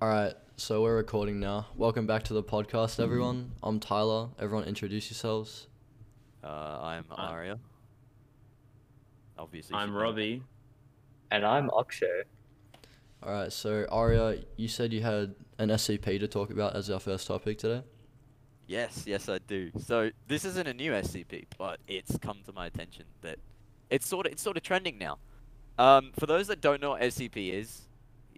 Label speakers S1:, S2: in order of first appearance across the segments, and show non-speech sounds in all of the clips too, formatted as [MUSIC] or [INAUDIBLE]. S1: All right, so we're recording now. Welcome back to the podcast, everyone. I'm Tyler. Everyone, introduce yourselves.
S2: Uh, I'm
S3: I'm-
S2: Aria. Obviously, she
S3: I'm
S2: knows.
S3: Robbie.
S4: And I'm Akshay.
S1: All right, so Aria, you said you had an SCP to talk about as our first topic today.
S2: Yes, yes, I do. So this isn't a new SCP, but it's come to my attention that it's sort of it's sort of trending now. Um, for those that don't know what SCP is,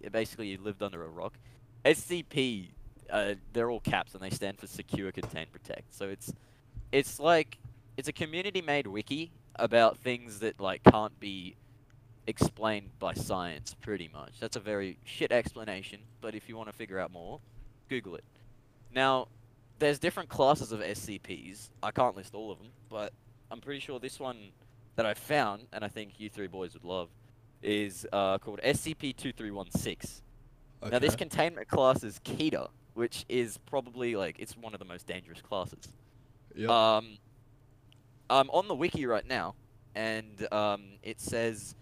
S2: yeah, basically you lived under a rock. SCP, uh, they're all caps and they stand for Secure, Contain, Protect. So it's it's like it's a community-made wiki about things that like can't be explained by science, pretty much. That's a very shit explanation, but if you want to figure out more, Google it. Now, there's different classes of SCPs. I can't list all of them, but I'm pretty sure this one that I found, and I think you three boys would love, is uh, called SCP-2316. Now, this
S1: Okay.
S2: containment class is Keter, which is probably like it's one of the most dangerous classes.
S1: Yep.
S2: Um, I'm on the wiki right now, and um, it says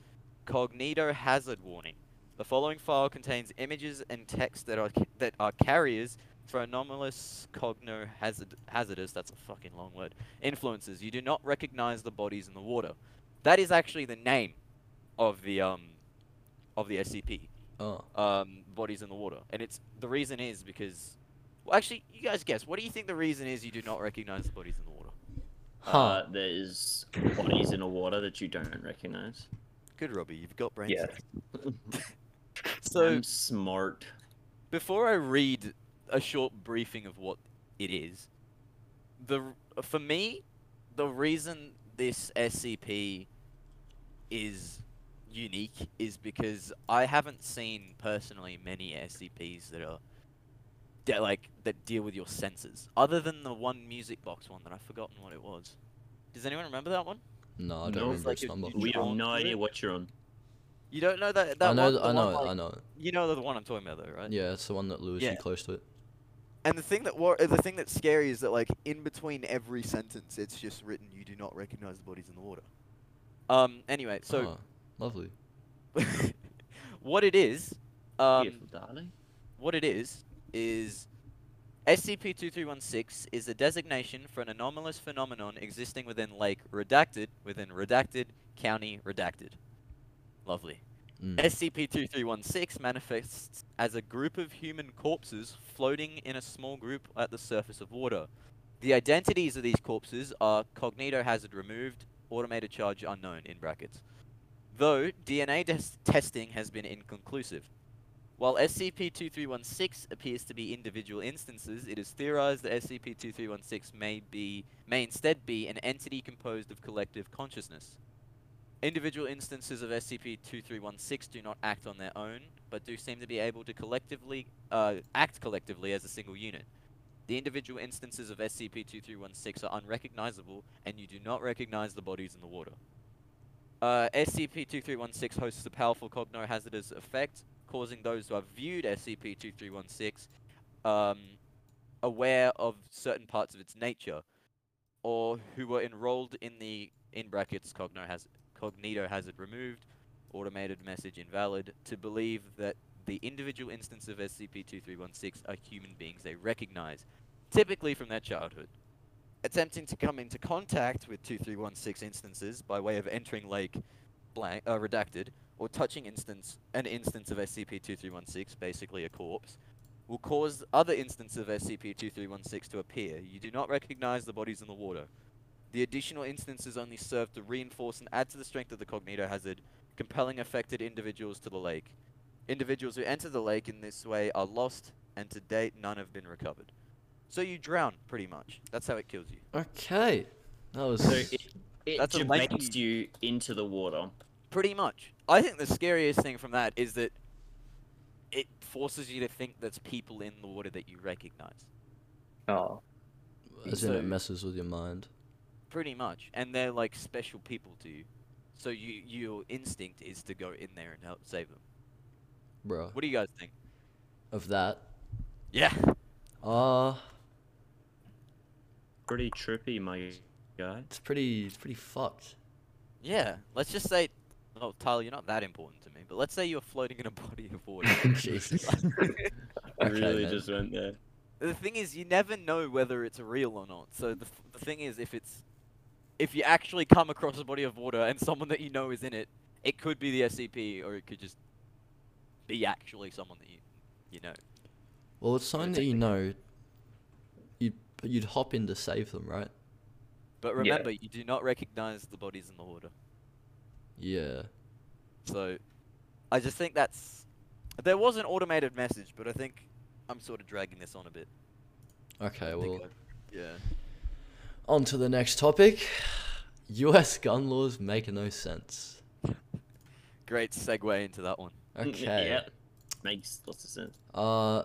S2: cognito hazard warning. The following file contains images and text that are that are carriers for anomalous cogno hazard hazardous. That's a fucking long word. Influences. You do not recognize the bodies in the water. That is actually the name of the um of the SCP
S1: oh.
S2: um, bodies in the water. And it's the reason is because, well, actually, you guys guess. What do you think the reason is you do not recognize the bodies in the water?
S1: Huh.
S3: Uh, there's bodies in the water that you don't recognize.
S2: Good, Robbie. You've got brain
S4: Yeah.
S2: cells. so
S3: I'm smart.
S2: before I read a short briefing of what it is, the r- for me, the reason this SCP is unique is because I haven't seen personally many SCPs that are that like that deal with your senses, other than the one music box one that I've forgotten what it was. Does anyone remember that one?
S1: No, I don't
S3: No,
S1: remember
S2: like
S1: its
S2: if
S1: number.
S2: you-
S3: We have
S2: John,
S3: no
S2: is
S3: idea
S2: it?
S3: what you're on.
S2: You don't know that that
S1: I know,
S2: one.
S1: th- I
S2: the one,
S1: know, it, I
S2: like-
S1: know. it.
S2: You know the one I'm talking about, though, right?
S1: Yeah, it's the one that lures
S2: Yeah.
S1: you close to it.
S5: And the thing that war- uh, the thing that's scary is that like in between every sentence, it's just written you do not recognize the bodies in the water.
S2: Um. Anyway,
S1: Oh,
S2: so
S1: lovely.
S2: [LAUGHS] what it is, um,
S3: Beautiful, darling.
S2: what it is is SCP-2316 is a designation for an anomalous phenomenon existing within Lake Redacted, within Redacted County Redacted. Lovely.
S1: Mm.
S2: SCP-2316 manifests as a group of human corpses floating in a small group at the surface of water. The identities of these corpses are cognito hazard removed, automated charge unknown in brackets. Though DNA des- testing has been inconclusive. While SCP-2316 appears to be individual instances, it is theorized that SCP-2316 may be may instead be an entity composed of collective consciousness. Individual instances of SCP-2316 do not act on their own, but do seem to be able to collectively uh, act collectively as a single unit. The individual instances of SCP-2316 are unrecognizable, and you do not recognize the bodies in the water. Uh, SCP-2316 hosts a powerful cognohazardous effect, causing those who have viewed SCP-2316 um, aware of certain parts of its nature, or who were enrolled in the in brackets cognohaz- cognito hazard removed, automated message invalid, to believe that the individual instance of SCP-2316 are human beings they recognize, typically from their childhood. Attempting to come into contact with 2316 instances by way of entering Lake blank, uh, Redacted or touching instance an instance of SCP-2316, basically a corpse, will cause other instances of SCP-2316 to appear. You do not recognize the bodies in the water. The additional instances only serve to reinforce and add to the strength of the cognito hazard, compelling affected individuals to the lake. Individuals who enter the lake in this way are lost, and to date, none have been recovered. So you drown, pretty much. That's how it kills you.
S1: Okay. That was.
S3: So it, it
S2: That's a lame-
S3: debates you into the water.
S2: Pretty much. I think the scariest thing from that is that it forces you to think there's people in the water that you recognize.
S4: Oh.
S1: as in,
S2: so-
S1: it messes with your mind.
S2: Pretty much. And they're like special people to you. So you your instinct is to go in there and help save them.
S1: Bruh.
S2: What do you guys think?
S1: Of that.
S2: Yeah.
S1: Uh,
S3: Pretty trippy, my guy.
S1: it's pretty, it's pretty fucked.
S2: Yeah. Let's just say [LAUGHS] Oh, Tyler, you're not that important to me, but let's say you're floating in a body of water.
S1: Jesus. Okay,
S3: really
S1: then.
S3: just went there.
S2: The thing is, you never know whether it's real or not. So the, f- the thing is, if it's if you actually come across a body of water and someone that you know is in it, it could be the SCP or it could just be actually someone that you you know.
S1: Well, it's something that you
S3: technique.
S1: know. You'd you'd hop in to save them, right?
S2: But
S4: Yeah.
S2: remember, you do not recognize the bodies in the water.
S1: Yeah.
S2: So I just think that's there was an automated message, but I think I'm sort of dragging this on a bit.
S1: Okay.
S2: I think
S1: Well,
S2: I- yeah.
S1: on to the next topic. U.S. gun laws make no sense.
S2: Great segue into that one.
S1: Okay.
S3: Yep. Makes lots of sense.
S1: Uh,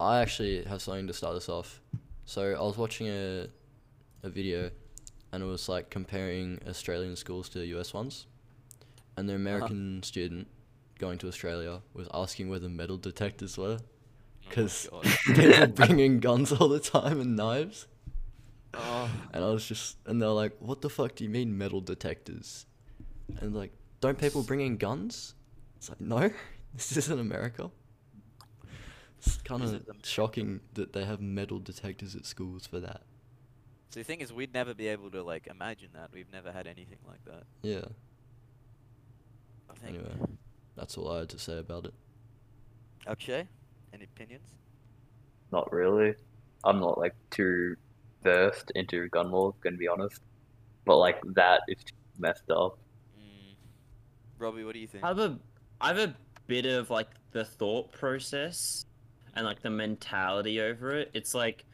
S1: I actually have something to start this off. So I was watching a, a video, and it was like comparing Australian schools to U.S. ones, and the American student going to Australia was asking where the metal detectors were,
S2: Oh my
S1: because [LAUGHS]
S2: God.
S1: they were bringing guns all the time and knives.
S2: Oh.
S1: And I was just, and they're like, "What the fuck do you mean metal detectors?" And like, don't people bring in guns? It's like, no, [LAUGHS] this isn't America. It's kind
S2: This
S1: of
S2: is America.
S1: shocking that they have metal detectors at schools for that.
S2: So the thing is, we'd never be able to like imagine that. We've never had anything like that.
S1: Yeah,
S2: I think.
S1: Anyway. that's all I had to say about it.
S2: Akshay, any opinions?
S4: Not really. I'm not like too versed into gun laws, gonna be honest. But like that is messed up.
S2: Mm. Robbie, what do you think?
S3: I have a I have a bit of like the thought process and like the mentality over it. It's like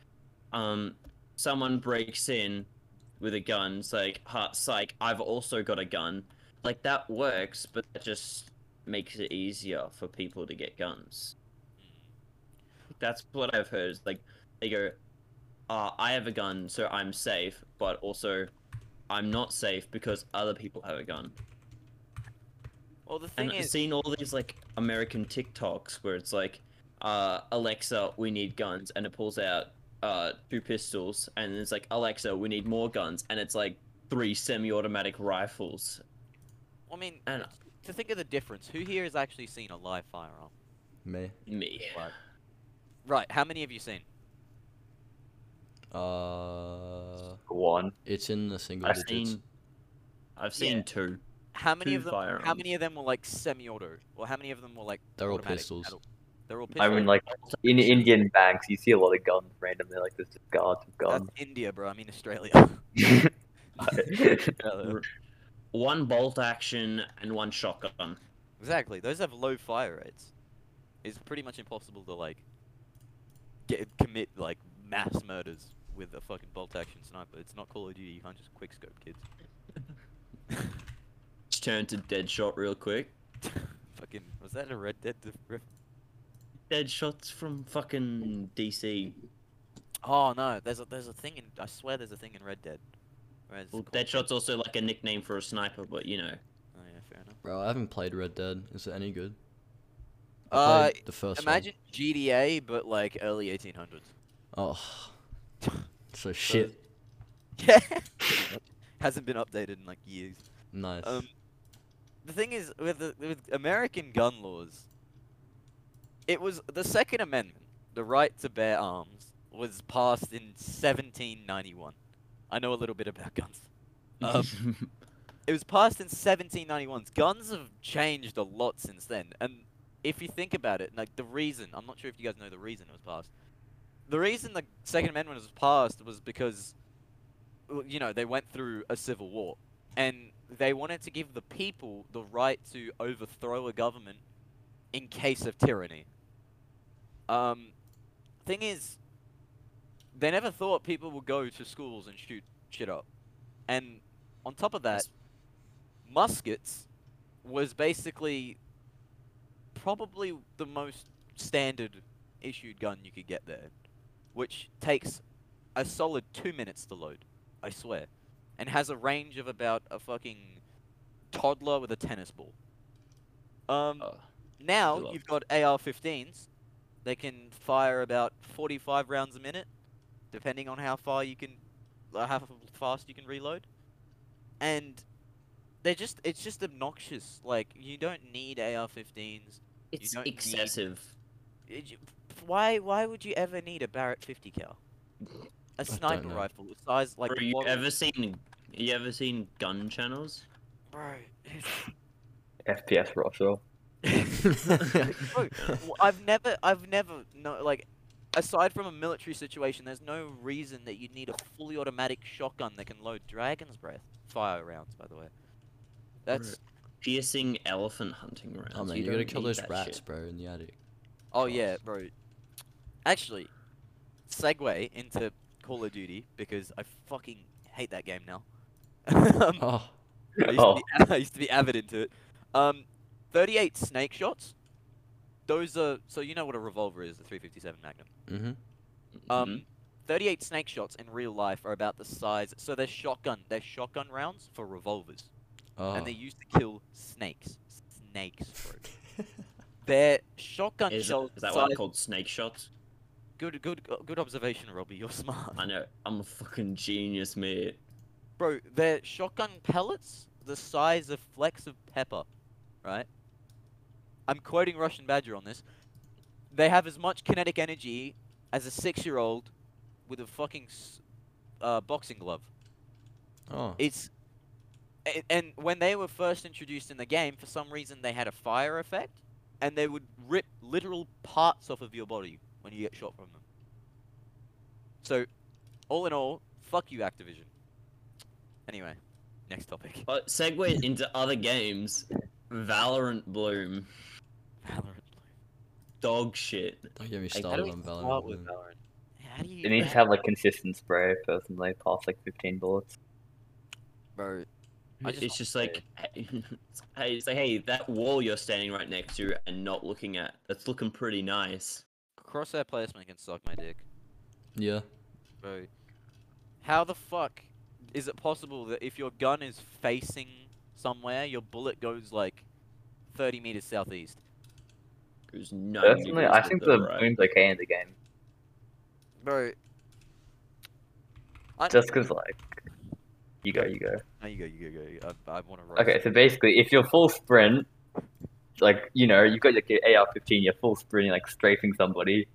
S3: um someone breaks in with a gun, it's like ha psych, I've also got a gun. Like that works, but that just makes it easier for people to get guns. That's what I've heard. Is like they go, uh, I have a gun, so I'm safe, but also I'm not safe because other people have a gun.
S2: well, the thing
S3: And I've
S2: is,
S3: seen all these like American TikToks where it's like, uh, Alexa, we need guns, and it pulls out uh, two pistols, and it's like, Alexa, we need more guns, and it's like three semi-automatic rifles.
S2: I mean,
S3: And
S2: to think of the difference, who here has actually seen a live firearm?
S1: Me,
S3: me,
S2: Right. How many have you seen?
S1: uh,
S4: One.
S1: it's in the single
S3: I've
S1: digits.
S3: seen, I've seen
S2: Yeah.
S3: two.
S2: How many
S3: Two
S2: of them? How
S3: firearms.
S2: many of them were like semi-auto, or how many of them were like?
S1: They're all
S2: automatic
S1: pistols.
S2: at all? They're all pistols.
S4: I mean, like in Indian banks, you see a lot of guns randomly. Like there's just guards with
S2: that's
S4: guns.
S2: India, bro. I mean Australia. [LAUGHS]
S1: [LAUGHS]
S3: R- One bolt action and one shotgun.
S2: exactly. Those have low fire rates. It's pretty much impossible to like get, commit like mass murders with a fucking bolt action sniper. It's not Call of Duty. You can't just quick scope [LAUGHS] kids.
S3: Just turn to Deadshot real quick.
S2: fucking was that a Red Dead? dif- ref-
S3: Deadshot's from fucking DC.
S2: Oh no, there's a there's a thing in I swear there's a thing in Red Dead. Whereas
S3: Well,
S2: Call of Duty-
S3: Deadshot's also like a nickname for a sniper, but you know.
S2: Oh yeah, fair enough.
S1: Bro, I haven't played Red Dead. Is it any good? I
S2: Uh,
S1: played the first one.
S2: imagine GDA but like early 1800s.
S1: Oh, so shit.
S2: [LAUGHS] Yeah. [LAUGHS] Hasn't been updated in like years.
S1: Nice.
S2: Um, the thing is, with the, with American gun laws, it was the Second Amendment, the right to bear arms, was passed in 1791. I know a little bit about guns.
S3: Mm-hmm.
S2: Um,
S3: [LAUGHS]
S2: it was passed in 1791. Guns have changed a lot since then, and if you think about it, like the reason, I'm not sure if you guys know the reason it was passed. The reason the Second Amendment was passed was because, well, you know, they went through a civil war, and they wanted to give the people the right to overthrow a government in case of tyranny. Um, thing is, they never thought people would go to schools and shoot shit up, and on top of that, muskets was basically probably the most standard issued gun you could get there, which takes a solid two minutes to load, I swear, and has a range of about a fucking toddler with a tennis ball. Um,
S3: Oh,
S2: now
S3: love
S2: you've got AR-15s. They can fire about 45 rounds a minute, depending on how far you can, uh, how fast you can reload. And they're just, it's just obnoxious. Like you don't need AR-15s.
S3: it's
S2: don't need-
S3: excessive.
S2: It, ju- Why why would you ever need a Barrett 50 cal? A
S1: don't
S2: sniper
S1: know.
S2: rifle, the size like.
S3: Bro, you
S2: what-
S3: ever seen you ever seen gun channels?
S2: [LAUGHS] Bro,
S4: FPS Russia.
S2: w- I've never, I've never, no, like, aside from a military situation, there's no reason that you'd need a fully automatic shotgun that can load dragon's breath fire rounds. By the way, that's
S3: Piercing elephant hunting rounds.
S1: oh man,
S3: you
S1: you, gotta
S3: don't
S1: kill
S3: need
S1: those
S3: that
S1: rats,
S3: shit.
S1: bro, in the attic.
S2: Oh
S1: Class.
S2: yeah, bro. Actually, segue into Call of Duty because I fucking hate that game now. [LAUGHS] Um,
S1: Oh,
S2: I, used
S4: Oh.
S2: to be, [LAUGHS] I used to be avid into it. Um, 38 snake shots. Those are so you know what a revolver is, the 357 Magnum.
S1: mm-hmm.
S2: Um,
S3: Mhm.
S2: 38 snake shots in real life are about the size. So they're shotgun. They're shotgun rounds for revolvers,
S1: Oh.
S2: and they're used to kill snakes. Snakes, bro.
S3: [LAUGHS]
S2: They're shotgun
S3: Is,
S2: shells.
S3: is that what
S2: size-
S3: they're called? Snake shots?
S2: Good, good, uh, good observation, Robbie. You're [LAUGHS] smart,
S3: I know. I'm a fucking genius, mate.
S2: bro. They're shotgun pellets the size of flecks of pepper, right? I'm quoting Russian Badger on this. They have as much kinetic energy as a six-year-old with a fucking s- uh, boxing glove.
S1: oh.
S2: It's a- and when they were first introduced in the game, for some reason they had a fire effect, and they would rip literal parts off of your body when you get shot from them. So, all in all, fuck you, Activision. Anyway, next topic.
S3: But segue into
S1: [LAUGHS]
S3: other games. Valorant Bloom.
S2: [LAUGHS] Valorant.
S3: Dog shit.
S1: Don't get me
S3: Like, how
S1: started
S3: do
S1: on Valorant. man.
S2: How do you?
S4: It needs to have like consistent spray. Personally, past like 15 bullets.
S2: bro. I just
S3: it's just like, hey, [LAUGHS] it's like, hey, that wall you're standing right next to and not looking at, that's looking pretty nice.
S2: Crosshair placement can suck my dick,
S1: [LAUGHS] Yeah. [LAUGHS]
S2: bro. How the fuck is it possible that if your gun is facing somewhere, your bullet goes like 30 meters southeast?
S3: Goes ninety
S4: Personally,
S3: degrees
S4: I
S3: to
S4: think
S3: the
S4: the
S3: right.
S4: boom's okay in the game,
S2: Bro. I,
S4: just because like. You go, you go.
S2: No, you go, you go, you go. I, I want to roll.
S4: Okay, so basically, if you're full sprint, like you know, you've got like your AR-15, you're full sprinting, like strafing somebody,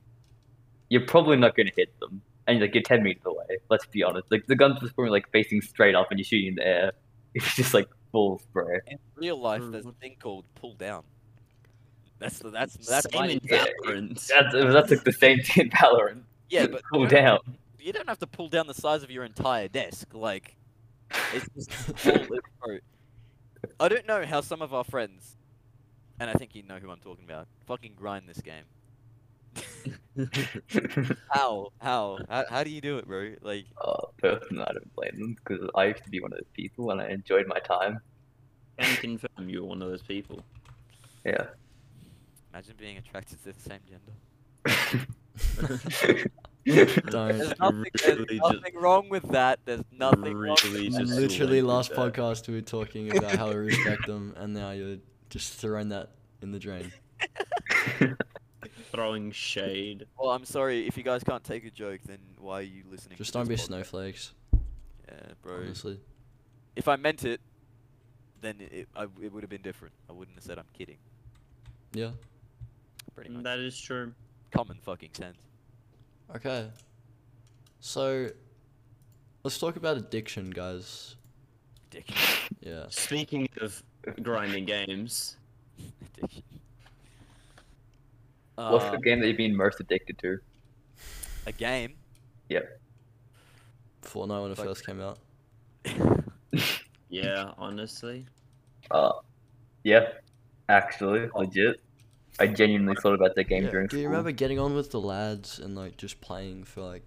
S4: you're probably not going to hit them, and like you're 10 meters away. Let's be honest, like the gun's just probably like facing straight up, and you're shooting in the air. [LAUGHS] It's just like full spray.
S2: In real life,
S3: Mm,
S2: there's a
S3: what-
S2: thing called pull down. That's the, that's that's
S3: Same
S2: my
S3: in
S4: yeah,
S3: Valorant.
S4: That's that's like the same thing in Valorant.
S2: yeah, but
S4: [LAUGHS] pull
S2: you don't-
S4: down.
S2: You don't have to pull down the size of your entire desk. Like, it's just all
S4: [LAUGHS]
S2: it- bro. I don't know how some of our friends, and I think you know who I'm talking about, fucking grind this game.
S4: [LAUGHS]
S2: How? How? How, how do you do it, bro? Like,
S4: Oh, personally, I don't blame them because I used to be one of those people, and I enjoyed my time.
S3: Can confirm you were one of those people. [LAUGHS]
S4: Yeah.
S2: imagine being attracted to the same gender.
S1: Don't. [LAUGHS]
S2: There's nothing, there's
S3: Really just-
S2: nothing wrong with that. There's nothing wrong with
S3: Really
S2: that.
S3: just
S1: Literally,
S3: like
S1: last
S3: that.
S1: podcast we were talking about how we respect them, and now you're just throwing that in the drain.
S3: Throwing shade.
S2: Well, I'm sorry if you guys can't take a joke, then why are you listening?
S1: Just
S2: to
S1: don't be
S2: this podcast?
S1: snowflakes,
S2: Yeah, bro.
S1: honestly.
S2: If I meant it, then it I, it would have been different. I wouldn't have said I'm kidding.
S1: Yeah.
S2: Pretty much.
S3: Mm, That is true.
S2: Common fucking sense.
S1: Okay. So, let's talk about addiction, guys.
S2: Addiction. [LAUGHS]
S1: Yeah.
S3: Speaking of grinding games,
S2: Addiction.
S4: What's
S2: Uh,
S4: the game that you've been most addicted to?
S2: A game.
S1: Fortnite when it
S2: Like-
S1: first came out.
S3: yeah, honestly,
S4: Uh, yeah, actually, legit. I genuinely thought about that game
S1: Yeah,
S4: during
S1: Do you
S4: school.
S1: remember getting on with the lads and like just playing for like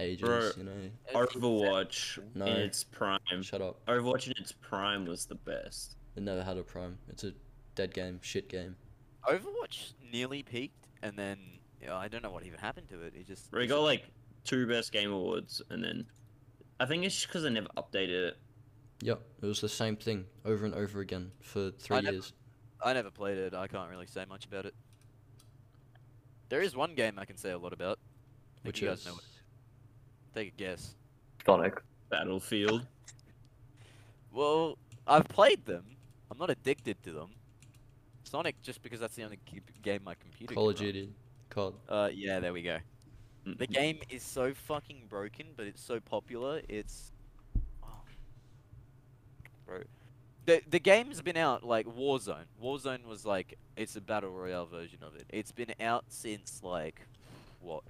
S1: ages?
S3: Bro.
S1: You know.
S3: Overwatch
S1: No.
S3: in its prime.
S1: Shut up.
S3: Overwatch in its prime was the best.
S1: It never had a prime. It's a dead game. Shit game.
S2: Overwatch nearly peaked, and then yeah, I don't know what even happened to it. It just.
S3: Where it got like two best game awards, and then I think it's just because I never updated it.
S1: Yep. It was the same thing over and over again for three
S2: never-
S1: years.
S2: I never played it. I can't really say much about it. There is one game I can say a lot about. I think
S1: Which
S2: you
S1: is
S2: guys know it. Take a guess.
S4: Sonic.
S3: Battlefield.
S2: Well, I've played them. I'm not addicted to them. Sonic, just because that's the only g- game my computer.
S1: Call
S2: can
S1: of
S2: run.
S1: Duty. COD.
S2: Uh, yeah, there we go. The
S3: Mm.
S2: game is so fucking broken, but it's so popular. It's, oh. bro, the the game's been out like Warzone. Warzone was like it's a battle royale version of it. It's been out since like what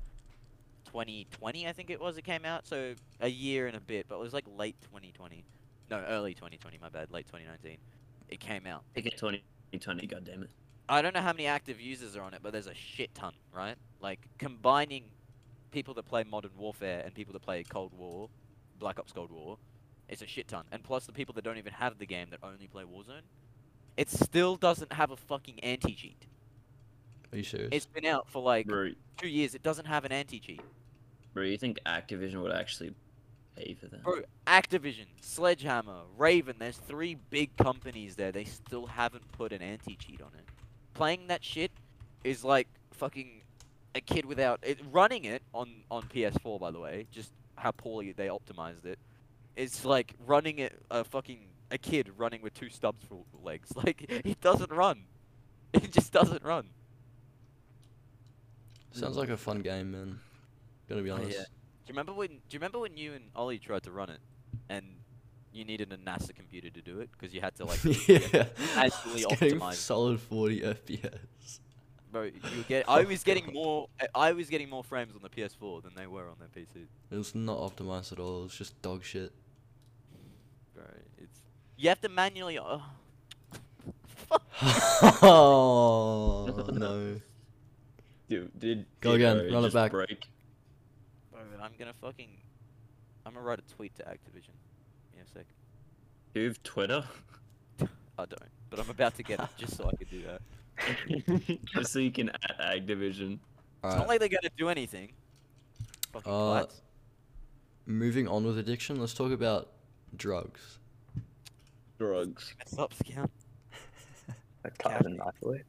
S2: 2020, I think it was. It came out so a year and a bit, but it was like late 2020, no, early 2020. My bad, late 2019. It came out.
S3: Pick it 2020, goddammit. it.
S2: I don't know how many active users are on it, but there's a shit ton, right? Like combining people that play Modern Warfare and people that play Cold War, Black Ops Cold War, it's a shit ton. And plus the people that don't even have the game that only play Warzone, it still doesn't have a fucking anti cheat.
S1: Are you serious?
S2: It's been out for like
S3: Bro,
S2: two years. It doesn't have an anti cheat.
S3: bro, you think Activision would actually pay for that?
S2: Bro, Activision, Sledgehammer, Raven, there's three big companies there. They still haven't put an anti cheat on it. Playing that shit is like fucking a kid without it, running it on on PS4 by the way, just how poorly they optimized it. It's like running it a fucking a kid running with two stubs for legs. [LAUGHS] Like it doesn't run. It just doesn't run.
S1: Sounds like a fun game, man. Gonna be
S2: Oh, yeah.
S1: honest.
S2: Do you remember when? Do you remember when you and Ollie tried to run it, and you needed a NASA computer to do it because you had
S1: [LAUGHS]
S2: to like,
S1: yeah. I
S2: actually
S1: was getting
S2: optimized.
S1: solid 40 FPS.
S2: bro, you were get. I was getting more. I- I was getting more frames on the PS4 than they were on their PC.
S1: It was not optimized at all. It was just dog
S2: [LAUGHS]
S1: shit. [LAUGHS]
S2: Bro, it's. You have to manually. Oh.
S1: oh no!
S3: Dude, did
S1: Go
S3: did
S1: again,
S3: Rory
S1: run it
S3: just
S1: back.
S3: Break?
S2: Bro, I'm gonna fucking. I'm gonna write a tweet to Activision. Yeah, a sec.
S3: Do Twitter?
S2: I don't, but I'm about to get it just so I can do that.
S3: Just so you can at Activision.
S1: All
S2: It's
S1: right.
S2: not like they're gonna do anything. Fucking
S1: Uh,
S2: twats.
S1: Moving on with addiction, let's talk about drugs.
S3: [LAUGHS] Drugs.
S2: Mess up, scout.
S4: Like, cut it in a nice way.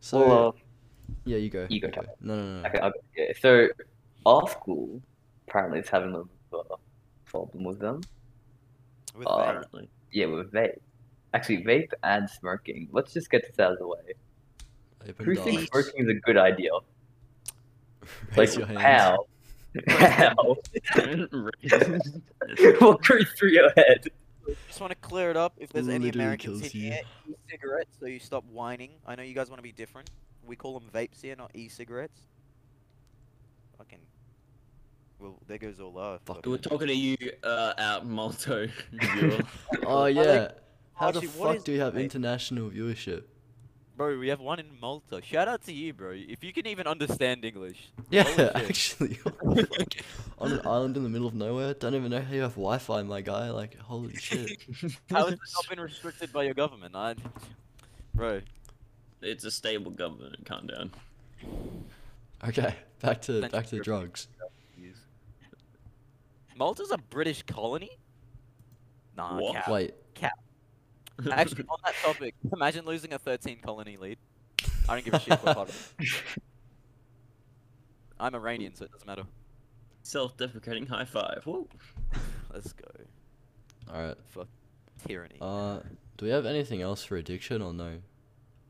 S1: So
S4: well, uh,
S1: yeah, you go.
S4: you go,
S1: go.
S4: Tyler.
S1: No, no, no. no.
S4: Okay, I'll, yeah. So our school apparently is having a little bit of a problem with them.
S2: With
S4: Uh,
S2: vape.
S3: Apparently.
S4: Yeah, with vape. Actually, vape and smoking. Let's just get this out of the way.
S1: Open
S4: Who
S1: dogs.
S4: thinks smoking is a good idea?
S1: Raise
S4: Like,
S1: your hand.
S4: how? How? [LAUGHS]
S3: Racist.
S4: what goes through your head?
S2: Just want to clear it up. If there's any
S1: Literally
S2: Americans
S1: kills
S2: in
S1: you.
S2: here, e-cigarettes, so you stop whining. I know you guys want to be different. We call them vapes here, not e-cigarettes. Fucking. Well, there goes all our.
S1: Fuck.
S2: fucking-
S3: We're talking to you uh, out Malto. [LAUGHS] viewer.
S1: Oh
S2: I like-
S1: yeah. How
S2: Actually,
S1: the
S2: what
S1: fuck
S2: is
S1: do you have
S2: vape?
S1: international viewership?
S2: Bro, we have one in Malta. Shout out to you, bro. If you can even understand English.
S1: Yeah,
S2: shit.
S1: [LAUGHS] actually, on an island in the middle of nowhere. Don't even know how you have Wi-Fi, my guy. Like, holy shit.
S2: [LAUGHS] How has this not been restricted by your government? I. Bro.
S3: It's a stable government. Calm down.
S1: Okay, back to
S2: Thank
S1: back to
S2: you.
S1: drugs.
S2: Malta's a British colony? Nah,
S3: What?
S2: cap.
S1: Wait,
S2: Actually, on that topic, [LAUGHS] imagine losing a 13 colony lead. I don't give a shit. What part of it. I'm Iranian, so it doesn't matter.
S3: [LAUGHS] Self-deprecating high five. Woo.
S2: Let's go.
S1: all right.
S2: Fuck tyranny.
S1: Uh, do we have anything else for addiction or no?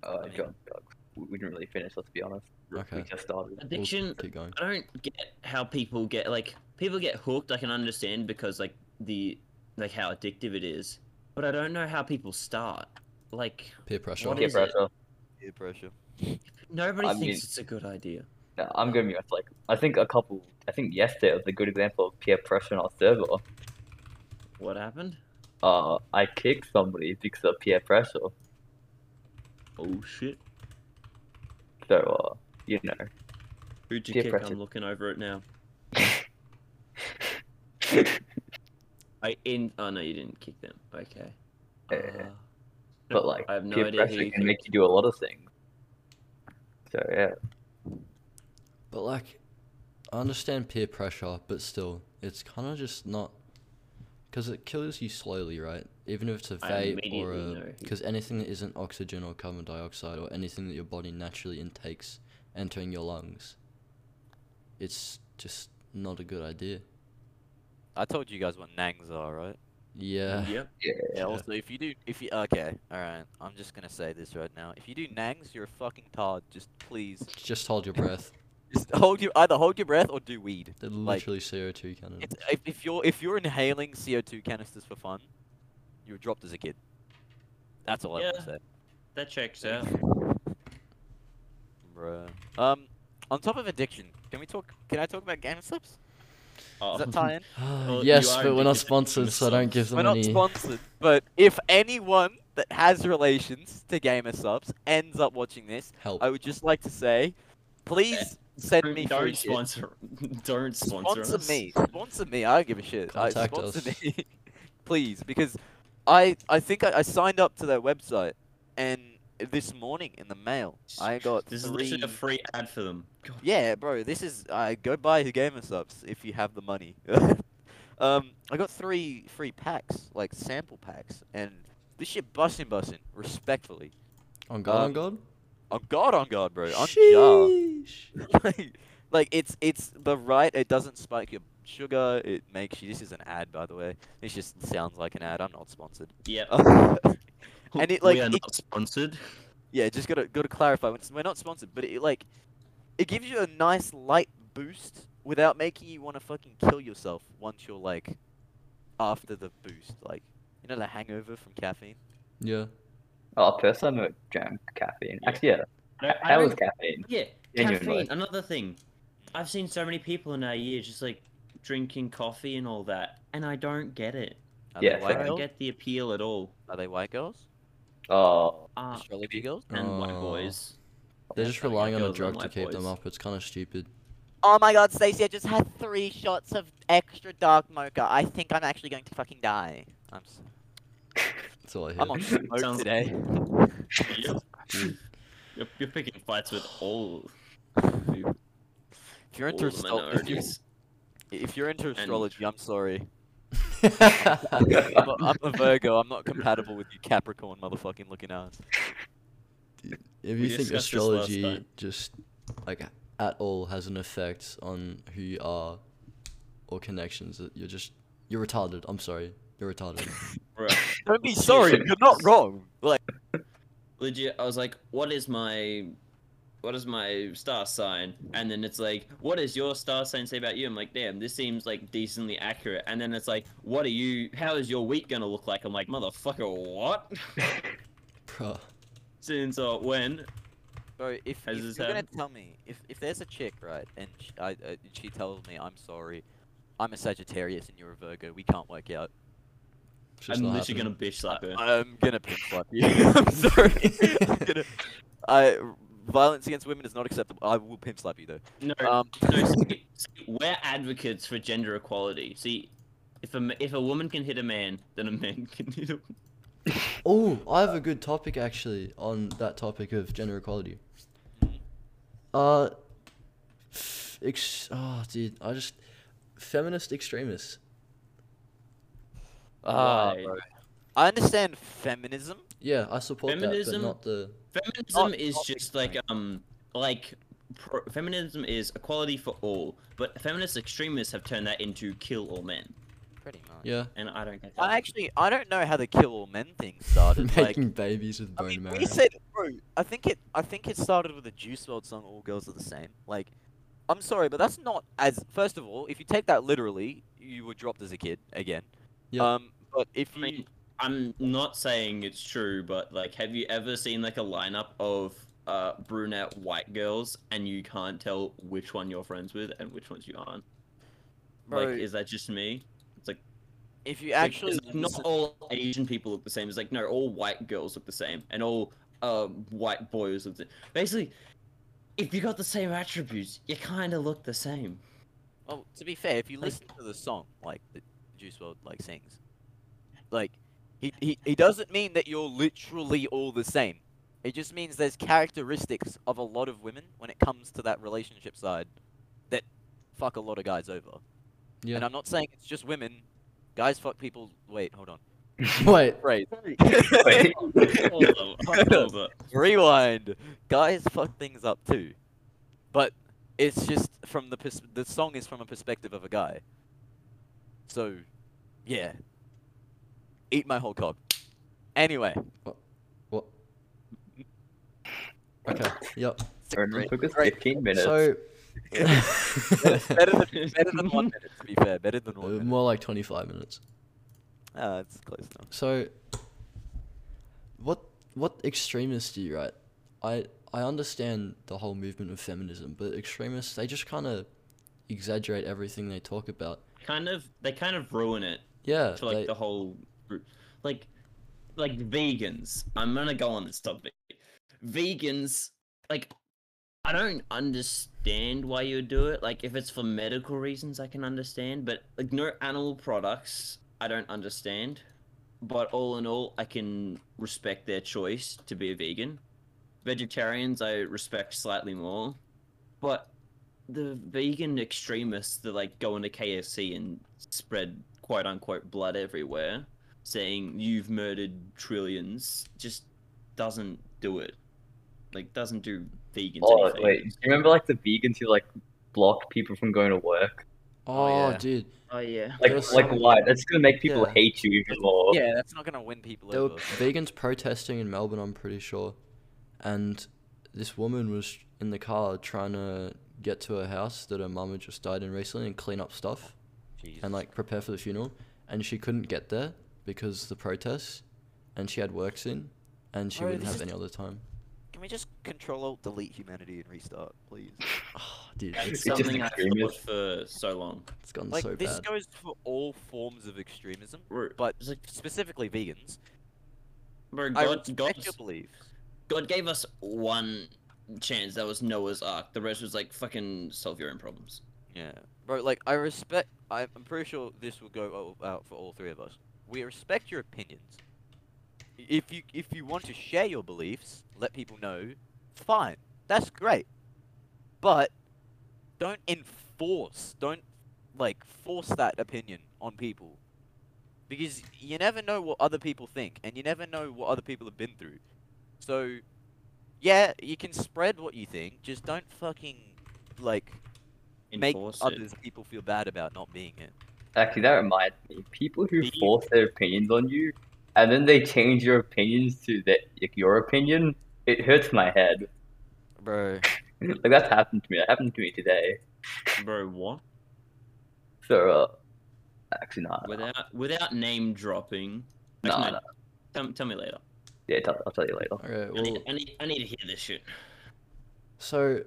S4: Oh, God, God. We we didn't really finish. Let's be honest. We
S1: Okay,
S4: just started.
S1: we'll
S3: Addiction.
S1: keep going.
S3: I don't get how people get like people get hooked. I can understand because like the like how addictive it is, but I don't know how people start. Like
S1: Peer pressure.
S3: What
S4: Yeah,
S3: is it?
S4: bro, so-
S2: Peer pressure.
S3: nobody
S4: I
S3: thinks
S4: mean-
S3: it's a good idea.
S4: No, I'm going to be honest. Like, I think a couple. I think yesterday was a good example of peer pressure on our server.
S3: What happened?
S4: Uh, I kicked somebody because of peer pressure.
S3: Oh shit!
S4: So, uh, you know.
S3: Who'd you
S4: Peer
S3: kick?
S4: pressure.
S3: I'm looking over it now. I in. Oh no, you didn't kick them. Okay.
S4: Yeah.
S3: Uh,
S4: but like,
S3: I have no
S4: peer
S3: idea who
S4: pressure
S3: you
S4: can make
S3: kicked.
S4: you do a lot of things. So yeah,
S1: But like, I understand peer pressure, but still, it's kind of just not because it kills you slowly, right? Even if it's a
S3: I
S1: vape or
S3: immediately
S1: a
S3: know.
S1: because anything that isn't oxygen or carbon dioxide or anything that your body naturally intakes entering your lungs, it's just not a good idea.
S2: I told you guys what nangs are, right?
S1: Yeah.
S3: Yep.
S4: Yeah.
S2: Also, if you do, if you okay, all right, I'm just gonna say this right now. If you do nangs, you're a fucking tard. Just please,
S1: [LAUGHS] Just hold your breath.
S2: just hold your either hold your breath or do weed.
S1: They're
S2: Like-
S1: literally CO2 cannon. [SIGHS]
S3: [LAUGHS]
S2: It's, if, if you're if you're inhaling CO2 canisters for fun, you were dropped as a kid. That's all I want
S3: Yeah.
S2: to say.
S3: That checks out.
S2: Bruh. Um, on top of addiction, can we talk? Can I talk about gaming slips?
S3: Oh.
S2: Does that tie in?
S3: Well, Oh, you
S1: yes,
S3: are
S1: but we're not
S3: addicted to
S1: sponsored, [LAUGHS] so don't give them
S2: We're not
S1: any.
S2: sponsored, but if anyone that has relations to gamer subs ends up watching this,
S1: Help.
S2: I would just like to say, please send me free
S3: [LAUGHS] don't
S2: shit.
S3: sponsor. Don't sponsor,
S2: Sponsor
S3: us.
S2: me. Sponsor me. I don't give a shit. I,
S1: Contact
S2: sponsor
S1: us.
S2: me, [LAUGHS] please, because I I think I, I signed up to their website, and this morning in the mail I got
S3: This is
S2: three.
S3: literally a free ad for them. God.
S2: Yeah, bro, this is I go buy the gamer subs if you have the money. [LAUGHS] um, I got three free packs, like sample packs, and this shit bussin' bussin', respectfully.
S1: On God, on
S2: Um,
S1: God.
S2: On God, on God, bro, on jar.
S1: Sheesh.
S2: [LAUGHS] like, like it's it's the right. It doesn't spike your sugar. It makes you. This is an ad, by the way. This just sounds like an ad. I'm not sponsored. [LAUGHS]
S3: Yeah.
S2: Uh, and it, like,
S3: we are
S2: it-
S3: not sponsored.
S2: Yeah, just gotta gotta clarify. We're- We're not sponsored, but it like it gives you a nice light boost without making you want to fucking kill yourself once you're like after the boost, like you know the hangover from caffeine.
S1: Yeah.
S4: Oh, personally, I'm a jam caffeine.
S3: Yeah.
S4: Actually, yeah.
S3: No, I
S4: Hell
S3: don't-
S4: is caffeine.
S3: Yeah,
S4: Genuinely.
S3: caffeine. Another thing, I've seen so many people in our year just like drinking coffee and all that, and I don't get it.
S2: Are
S4: Yeah,
S2: they
S3: I
S2: white
S4: fair.
S3: don't
S2: girls?
S3: get the appeal at all.
S2: Are they white girls?
S4: Oh,
S3: Uh,
S2: Astrology girls?
S3: and white
S1: Oh.
S3: boys.
S1: They're just
S3: Gotta get
S1: relying on a
S3: girls on
S1: drug
S3: my
S1: to keep them
S3: boys.
S1: up. It's kind of stupid.
S6: Oh my god, Stacey, I just had three shots of extra dark mocha. I think I'm actually going to fucking die.
S2: I'm, s-
S1: That's all I hear.
S2: I'm on smoke
S3: [LAUGHS] Sounds-
S2: today.
S3: Yep. you're, you're picking fights with all.
S2: If you're
S3: all
S2: into
S3: the
S2: astro- if, you're,
S3: minorities.
S2: if you're into astrology, I'm sorry. [LAUGHS]
S1: Dude,
S2: I'm a, I'm a Virgo. I'm not compatible with you Capricorn motherfucking looking ass.
S1: [LAUGHS] if
S3: We
S1: you think
S3: discussed this last
S1: astrology
S3: time.
S1: just like at all has an effect on who you are or connections, that you're just you're retarded. I'm sorry, you're
S3: [LAUGHS]
S1: retarded.
S3: Bruh.
S2: Don't be sorry. You're not wrong. Like
S3: Legit, I was like, "What is my, what is my star sign?" And then it's like, "What does your star sign say about you?" I'm like, "Damn, this seems like decently accurate." And then it's like, "What are you? How is your week gonna look like?" I'm like, "Motherfucker, what?" [LAUGHS]
S1: Bruh.
S3: Since uh, when?
S2: Bro, if,
S3: Has
S2: if
S3: this
S2: you're
S3: happened?
S2: gonna tell me if, if there's a chick right and sh I, uh, she tells me I'm sorry, I'm a Sagittarius and you're a Virgo, we can't work out.
S1: It's just
S3: I'm
S1: not
S3: literally
S1: happening.
S3: gonna bitch slap her.
S2: I'm gonna pimp slap you. [LAUGHS] I'm sorry. I'm gonna. I violence against women is not acceptable. I will pimp slap you though.
S3: No,
S2: Um,
S3: no. See, see, we're advocates for gender equality. See, if a ma- if a woman can hit a man, then a man can hit a.
S1: Oh, I
S3: Uh.
S1: have a good topic actually on that topic of gender equality.
S3: Mm-hmm.
S1: Uh, f- ex- oh, dude, I just feminist extremists.
S2: ah,
S3: Why?
S2: bro. I understand feminism.
S1: Yeah, I support that,
S3: Feminism-
S1: but not the.
S3: Feminism
S2: Not-
S3: is
S2: not
S3: just like um like pro- feminism is equality for all, but feminist extremists have turned that into kill all men,
S2: Pretty much.
S1: Yeah,
S3: and I don't get that.
S2: I actually I don't know how the kill all men thing
S1: [LAUGHS]
S2: started. like
S1: making babies with
S2: I
S1: bone
S2: mean,
S1: marrow.
S2: [LAUGHS] we said, bro. I think it. I think it started with a Juice World song, "All Girls Are the Same." Like, I'm sorry, but that's not as. First of all, if you take that literally, you were dropped as a kid again.
S1: Yeah.
S2: Um, but if
S3: I
S2: you,
S3: mean, I'm not saying it's true, but like, have you ever seen like a lineup of uh brunette white girls, and you can't tell which one you're friends with and which ones you aren't?
S2: bro,
S3: Like, is that just me?
S2: if you
S3: Like,
S2: actually,
S3: it's like, not
S2: listen-
S3: all Asian people look the same. It's like no, all white girls look the same, and all uh, white boys look the Basically, if you got the same attributes, you kind of look the same.
S2: well, to be fair, if you listen to the song, like that Juice World like sings, like he, he he doesn't mean that you're literally all the same. It just means there's characteristics of a lot of women when it comes to that relationship side that fuck a lot of guys over.
S1: yeah.
S2: And I'm not saying it's just women. Guys fuck people. Wait, hold on.
S1: Wait,
S2: Right.
S4: [LAUGHS] wait.
S3: Hold up, hold up.
S2: Rewind. Guys fuck things up too. But it's just from the pers- the song is from a perspective of a guy. So, yeah. eat my whole cock. Anyway,
S1: What? Okay.
S3: [LAUGHS]
S1: Yep.
S4: It took us
S2: Great.
S4: 15 minutes.
S1: So. [LAUGHS]
S2: [LAUGHS] better than, better than one minute, to be fair. Better than
S1: Uh,
S2: one minute.
S1: more like 25 minutes.
S2: Ah, it's close enough.
S1: So, what what extremists do you right? I I understand the whole movement of feminism, but extremists they just kind of exaggerate everything they talk about.
S3: Kind of, they kind of ruin it
S1: Yeah,
S3: for like
S1: they-
S3: the whole, group. like, like vegans. I'm gonna go on this topic. Vegans, like, I don't understand why you would do it. Like, if it's for medical reasons, I can understand, but like, no animal products, I don't understand. But all in all, I can respect their choice to be a vegan. Vegetarians, I respect slightly more, but the vegan extremists that like go into KFC and spread quote unquote blood everywhere, saying you've murdered trillions, just doesn't do it. Like doesn't do vegans.
S4: oh,
S3: any
S4: wait. Do
S3: favors.
S4: you remember like the vegans who like blocked people from going to work?
S1: oh,
S2: yeah.
S1: dude,
S3: Oh yeah.
S4: Like,
S1: There's
S4: like
S1: some-
S4: why? That's gonna make people
S1: Yeah.
S4: hate you even more.
S2: Yeah, that's not gonna win people
S1: there were
S2: over.
S1: vegans protesting in Melbourne. I'm pretty sure, and this woman was in the car trying to get to her house that her mum had just died in recently and clean up stuff.
S2: Jesus.
S1: and like prepare for the funeral and she couldn't get there because the protests and she had works in and she
S6: Bro,
S1: wouldn't
S6: this
S1: have
S6: is-
S1: any other time
S5: Can we just control alt delete humanity and restart, please?
S1: oh, dude
S3: That's
S1: it's,
S4: just
S3: something I thought
S4: extremist.
S3: for so long.
S1: it's gone
S2: like
S1: so
S2: this
S1: bad
S2: goes for all forms of extremism,
S3: Bro,
S2: but
S3: it's like-
S2: specifically vegans.
S3: bro,
S2: I
S3: God, God,
S2: respect your beliefs.
S3: God gave us one chance. That was Noah's Ark. The rest was like fucking solve your own problems.
S2: Yeah, bro. Like I respect. I- I'm pretty sure this will go o- out for all three of us. We respect your opinions. I- If you if you want to share your beliefs, let people know. Fine, that's great. But don't enforce. Don't like force that opinion on people, because you never know what other people think, and you never know what other people have been through. So, yeah, you can spread what you think. Just don't fucking like make
S3: Enforce it.
S2: others people feel bad about not being it.
S4: Actually, that reminds me. People who
S2: Yeah.
S4: force their opinions on you, and then they change your opinions to that like, your opinion. It hurts my head. [LAUGHS]
S2: Bro.
S4: like that's happened to me. That happened to me today.
S3: Bro, what?
S4: So, uh, actually, not.
S3: Without without name dropping.
S4: No,
S3: Actually,
S4: no.
S3: Tell, tell me later.
S4: Yeah, tell, I'll tell you later.
S1: okay
S3: I,
S1: well
S3: need, I, need, I need to hear this shit.
S1: so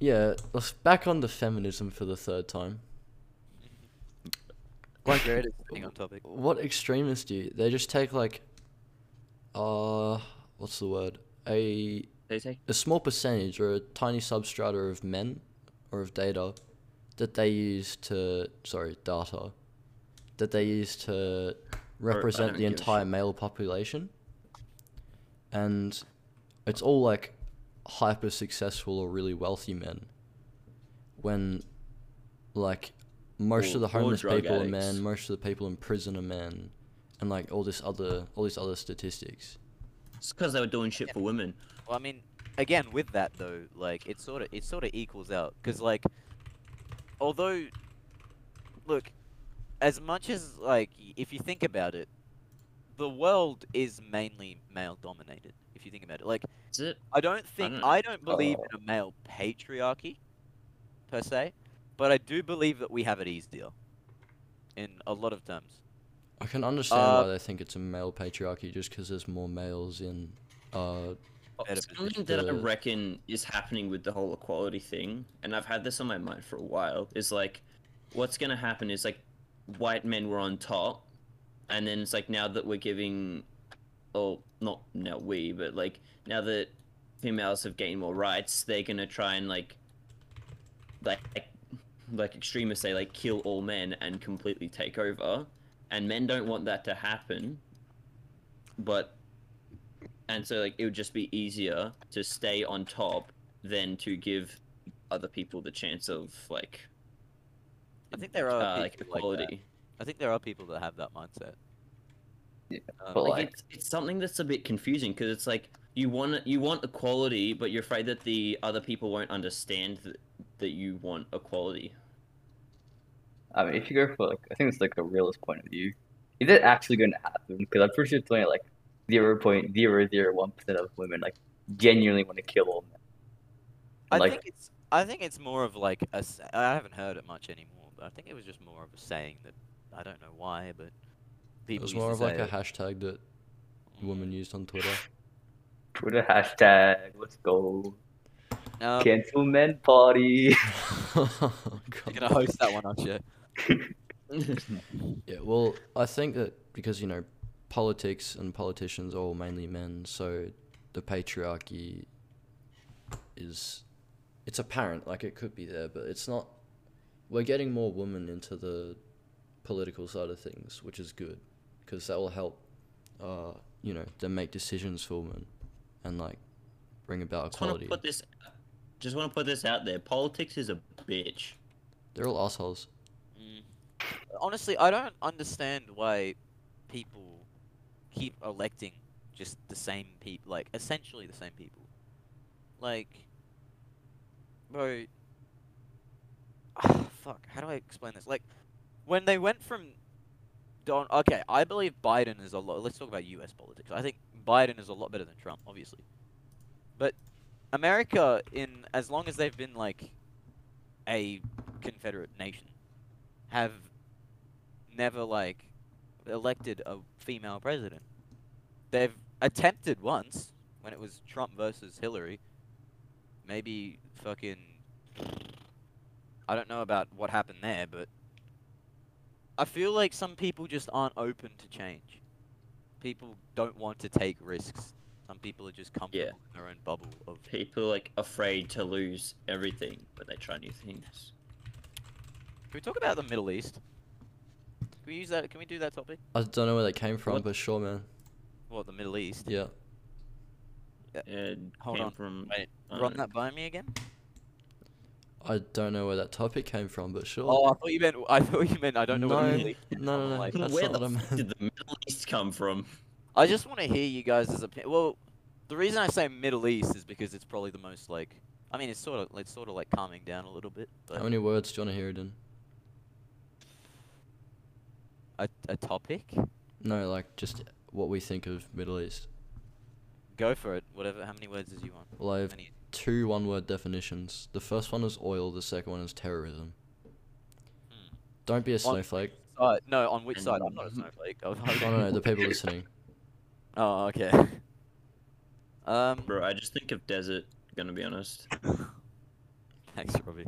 S1: yeah let's back on the feminism for the third time
S2: Like Jared is sitting on topic.
S1: what extremists do they just take like uh what's the word a
S3: They take
S1: a small percentage or a tiny substrata of men or of data that they use to sorry data that they use to represent
S3: don't
S1: the
S3: give a
S1: entire
S3: shit.
S1: male population and it's all like hyper successful or really wealthy men when like most
S3: Or-
S1: of the
S3: or
S1: homeless
S3: drug
S1: people
S3: addicts.
S1: are men most of the people in prison are men and like all this other all these other statistics
S3: It's because they were doing shit for women.
S2: Well, I mean, again, with that though, like it sort of it sort of equals out because like, although, look, as much as like y- if you think about it, the world is mainly male dominated. If you think about it, like
S3: Is it?
S2: I don't Oh. think
S3: don't-
S2: I don't believe in a male patriarchy, per se, but I do believe that we have it easier, in a lot of terms.
S1: I can understand
S2: Uh,
S1: why they think it's a male patriarchy just because there's more males in. Uh,
S2: Better
S3: Oh, Something that I
S1: position.
S3: reckon is happening with the whole equality thing, and I've had this on my mind for a while, is like, what's gonna happen is like, white men were on top, and then it's like now that we're giving, oh, not now we, but like now that females have gained more rights, they're gonna try and like, like, like, like extremists say like kill all men and completely take over, and men don't want that to happen, but and so like it would just be easier to stay on top than to give other people the chance of like
S2: I think there are
S3: uh,
S2: people
S3: like
S2: like that.
S3: equality.
S2: I think there are people that have that mindset.
S4: Yeah,
S2: Um,
S4: but,
S3: like,
S4: like-
S3: it's, it's something that's a bit confusing because it's like you want you want equality, but you're afraid that the other people won't understand that, that you want equality.
S4: I mean, if you go for like, I think it's like a realist point of view. Is it actually going to happen? Because I'm pretty sure it's only like 0.001% of women like genuinely want to kill all men.
S2: I
S4: like,
S2: think it's I think it's more of like a s- I haven't heard it much anymore, but I think it was just more of a saying that I don't know why, but
S1: It
S2: people
S1: was
S2: used
S1: more
S2: to
S1: of like
S2: say
S1: a
S2: it.
S1: hashtag that women used on Twitter. [LAUGHS]
S4: Twitter hashtag, let's go.
S2: Um,
S4: Cancel men party.
S1: Oh,
S2: you're
S1: God.
S2: gonna host that one, aren't you?
S1: Yeah, well, I think that because you know, politics and politicians are all mainly men, so the patriarchy is it's apparent, like it could be there, but it's not. We're getting more women into the political side of things, which is good because that will help, uh, you know, them make decisions for women and like bring about
S3: just want to
S1: equality.
S3: put this. Just want to put this out there. Politics is a bitch.
S1: They're all assholes.
S2: Mm.
S6: Honestly, I don't understand why people
S2: Keep electing just the same people, like essentially the same people. Like, bro, [SIGHS] fuck. How do I explain this? Like, when they went from Don, okay, I believe Biden is a lot. Let's talk about U.S. politics. I think Biden is a lot better than Trump, obviously. But America, in as long as they've been like a Confederate nation, have never like elected a female president. They've attempted once when it was Trump versus Hillary. Maybe fucking. I don't know about what happened there, but I feel like some people just aren't open to change. People don't want to take risks. Some people are just comfortable in their own bubble of.
S3: People like afraid to lose everything when they try new things.
S2: Can we talk about the Middle East? Can we use that? Can we do that topic?
S1: I don't know where they came from,
S2: What-
S1: but sure, man.
S2: What the Middle East?
S1: Yeah.
S3: It
S2: Hold
S3: came
S2: on,
S3: From,
S2: wait,
S3: uh,
S2: Run that by me again.
S1: I don't know where that topic came from, but sure.
S2: Oh, I thought you meant. I thought you meant. I don't know what
S1: No,
S2: the Middle East. is.
S1: no, no,
S2: I'm
S1: no,
S2: like-
S1: that's
S3: Where
S1: not
S3: the
S1: what I
S3: fuck
S1: meant. [LAUGHS]
S2: [LAUGHS]
S3: did the Middle East come from?
S2: I just want to hear you guys' opinion. Well, the reason I say Middle East is because it's probably the most like. I mean, it's sort of it's sort of like calming down a little bit,
S1: How
S2: but
S1: many words do you want to hear it in?
S2: a, a topic.
S1: No, like just what we think of Middle East.
S2: Go for it. Whatever. How many words does you want?
S1: Well, I have
S2: Any-
S1: two one word definitions. The first one is oil, the second one is terrorism.
S2: Hmm.
S1: Don't be a
S2: On-
S1: snowflake.
S2: Uh, no, on which side? I'm not a
S3: Mm.
S2: snowflake. [LAUGHS] I was-
S1: I don't know, the people
S2: [LAUGHS]
S1: listening.
S2: Oh, okay. [LAUGHS] Um,
S3: Bro, I just think of desert. Gonna be honest.
S2: thanks, Robbie.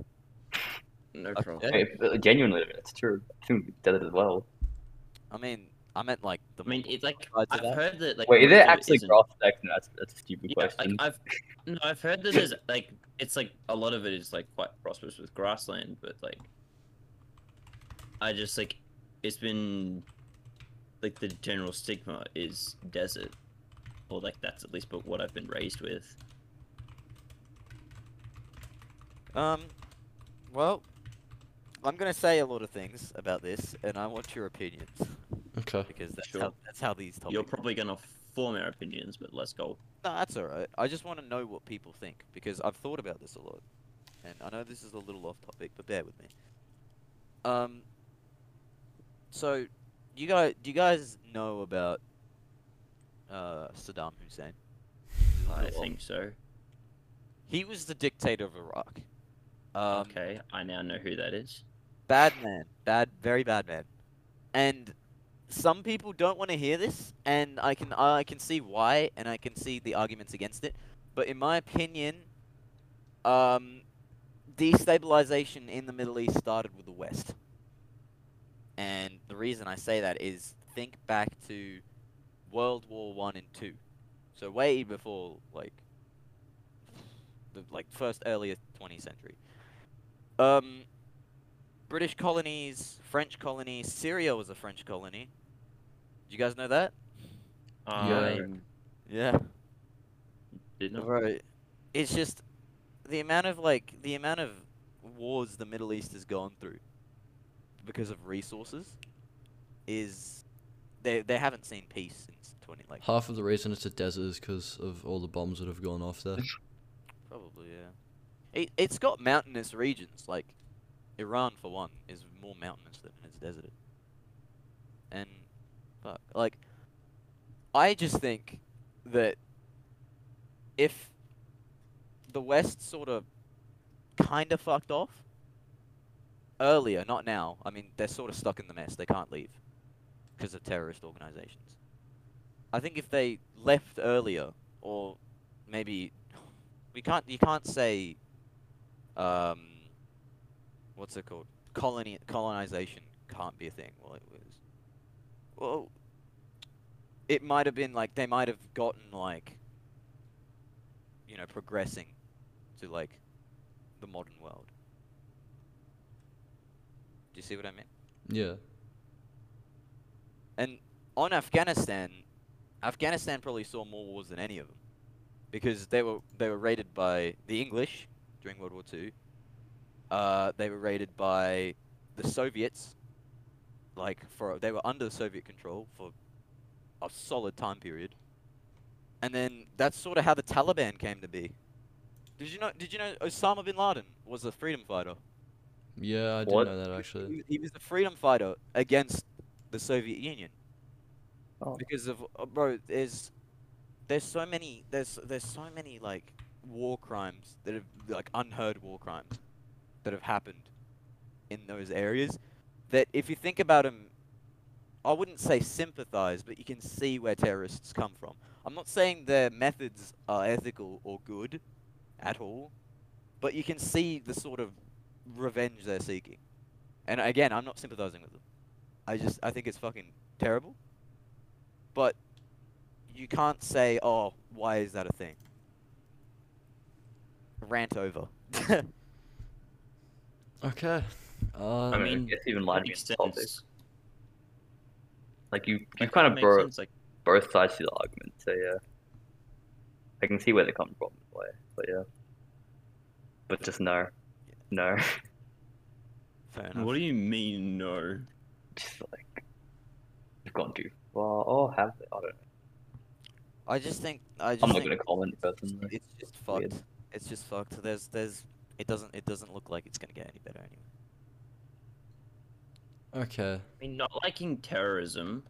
S3: No
S2: Okay.
S3: problem.
S4: Wait, but uh, genuinely, that's true. I think we did it as well.
S2: I mean, I meant like the.
S3: I mean,
S2: Mongol
S3: it's like
S2: side to
S3: I've
S2: that.
S3: heard that like.
S4: Wait, is it
S3: desert
S4: actually
S3: isn't-
S4: cross sex? No, that's, that's a stupid
S3: Yeah, like
S4: question.
S3: I've no, I've heard that there's like it's like a lot of it is like quite prosperous with grassland, but like I just like it's been like the general stigma is desert, or like that's at least but what I've been raised with.
S2: Um, well, I'm gonna say a lot of things about this, and I want your opinions
S1: Okay.
S2: because that's
S3: Sure.
S2: how that's how these topics.
S3: You're probably gonna form our opinions, but let's go.
S2: No, that's all right. I just want to know what people think because I've thought about this a lot, and I know this is a little off topic, but bear with me. Um. So, you guys, do you guys know about uh, Saddam Hussein?
S3: I
S2: Well,
S3: think so.
S2: he was the dictator of Iraq. Um,
S3: okay, I now know who that is.
S2: bad man, bad, very bad man. And some people don't want to hear this, and I can I can see why, and I can see the arguments against it. But in my opinion, um, destabilization in the Middle East started with the West. And the reason I say that is think back to World War One and Two, so way before like the like first earlier 20th century. Um, British colonies, French colonies. Syria was a French colony. Do you guys know that?
S3: I
S2: Yeah.
S3: did not.
S2: Right. It's just the amount of like the amount of wars the Middle East has gone through because of resources is they they haven't seen peace since 20 like
S1: Half of the reason it's a desert is because of all the bombs that have gone off
S2: [LAUGHS]
S1: there.
S2: Probably, yeah. It, it's got mountainous regions. Like, Iran, for one, is more mountainous than it is desert. And fuck. Like, I just think that if the West sort of kind of fucked off earlier, not now. I mean, they're sort of stuck in the mess. They can't leave because of terrorist organizations. I think if they left earlier, or maybe we can't, you can't say, um, what's it called? Colony colonization can't be a thing. Well, it was. Well, it might have been like they might have gotten like, you know, progressing to like the modern world. Do you see what I mean?
S1: Yeah.
S2: And on Afghanistan, Afghanistan probably saw more wars than any of them, because they were they were raided by the English during World War Two. Uh, they were raided by the Soviets, like for they were under Soviet control for a solid time period, and then that's sort of how the Taliban came to be. Did you know? Did you know Osama bin Laden was a freedom fighter?
S1: Yeah, I did
S4: What?
S1: know that
S2: He-
S1: actually.
S2: he, he was a freedom fighter against the Soviet Union.
S4: Oh.
S2: Because of uh, bro, there's there's so many there's there's so many like war crimes that have like unheard war crimes that have happened in those areas that if you think about them, I wouldn't say sympathize, but you can see where terrorists come from. I'm not saying their methods are ethical or good at all, but you can see the sort of revenge they're seeking. And again, I'm not sympathizing with them. I just I think it's fucking terrible. But you can't say, "Oh, why is that a thing?" Rant over. [LAUGHS]
S1: Okay. Uh,
S4: I mean,
S3: mean,
S4: it's even lying
S3: makes
S4: against politics.
S3: sense.
S4: Like you, you
S3: Like,
S4: kind
S3: that
S4: of
S3: makes
S4: brought
S3: sense, Like,
S4: both sides to the argument. So yeah, I can see where they come from. in a way, But yeah, but just no, no. [LAUGHS]
S2: Fair enough.
S3: what do you mean no?
S4: Just like they've gone too far. Oh, have they? I don't know.
S2: I just think I just
S4: I'm not
S2: think
S4: gonna comment personally.
S2: it's just fucked.
S4: weird.
S2: It's just fucked. There's there's it doesn't it doesn't look like it's gonna get any better anyway.
S1: okay.
S3: I mean, not liking terrorism,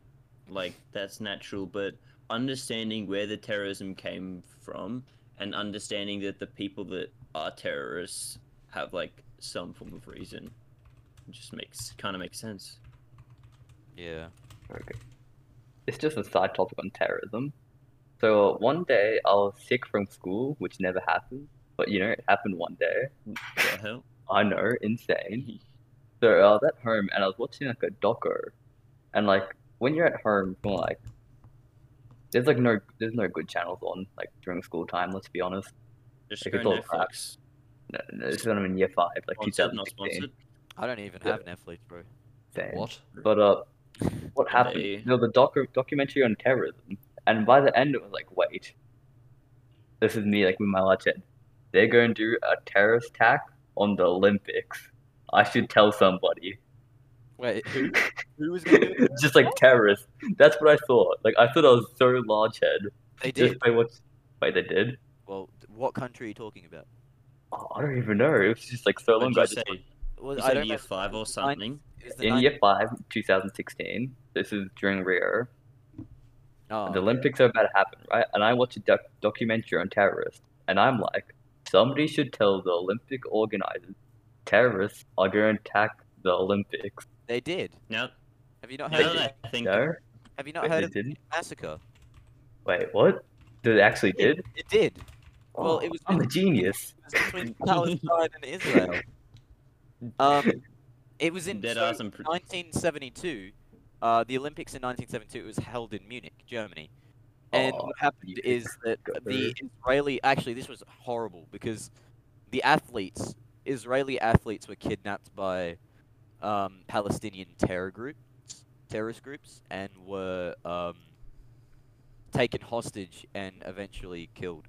S3: like that's natural, but understanding where the terrorism came from and understanding that the people that are terrorists have like some form of reason It just makes kind of makes sense.
S2: Yeah.
S4: Okay. It's just a side topic on terrorism. So one day I was sick from school, which never happened, but you know it happened one day.
S3: What the hell?
S4: I know, insane.
S3: [LAUGHS]
S4: So I was at home and I was watching like a doco, and like when you're at home from like, there's like no there's no good channels on like during school time. Let's be honest.
S3: Just
S4: Like,
S3: go
S4: it's all crap.
S3: Netflix.
S4: No, no, this is when I'm in year five, like
S3: Sponsored, not
S4: 2016.
S3: sponsored.
S2: I don't even
S4: Yeah.
S2: have Netflix, bro.
S4: Same.
S1: What?
S4: But uh, what happened?
S3: They-
S4: There was a docu- documentary on terrorism, and by the end, it was like, wait, this is me, like with my legend. They're going to do a terrorist attack on the Olympics. I should tell somebody.
S2: Wait, who who was gonna do
S4: [LAUGHS]
S2: it?
S4: just like terrorists. That's what I thought. Like I thought I was so large head.
S2: They
S4: Just
S2: did.
S4: [LAUGHS] by what? Wait, they did?
S2: Well, th- what country are you talking about?
S4: Oh, I don't even know. It was just like so long
S3: What'd
S4: ago. I
S3: you
S4: just-
S3: say?
S2: Well,
S3: You
S2: I
S3: said
S2: don't
S3: year
S2: know.
S3: five
S2: It
S3: or
S2: was the ninth-
S3: something?
S2: it was the
S4: In
S2: ninth-
S4: year five, 2016. This is during Rio.
S2: Oh,
S4: the Olympics are about to happen, right? And I watch a doc- documentary on terrorists, and I'm like, somebody should tell the Olympic organizers terrorists are going to attack the Olympics.
S2: They did.
S3: Now,
S2: Have you not
S3: now
S2: heard? Of,
S3: [LAUGHS] that I think
S4: No,
S2: have you not
S4: Wait,
S2: heard
S4: they
S2: of the
S4: didn't.
S2: massacre?
S4: Wait, what? They actually did? Oh,
S2: It did. Well, it was
S4: I'm a
S2: between-
S4: genius.
S2: It was between Palestine and Israel. Um, it was in
S3: that
S2: so
S3: are some pr-
S2: 1972. Uh, the Olympics in 1972 it was held in Munich, Germany. And
S4: Oh,
S2: what happened
S4: Munich.
S2: is that the Israeli actually this was horrible because the athletes, Israeli athletes, were kidnapped by um, Palestinian terror groups, terrorist groups, and were um, taken hostage and eventually killed.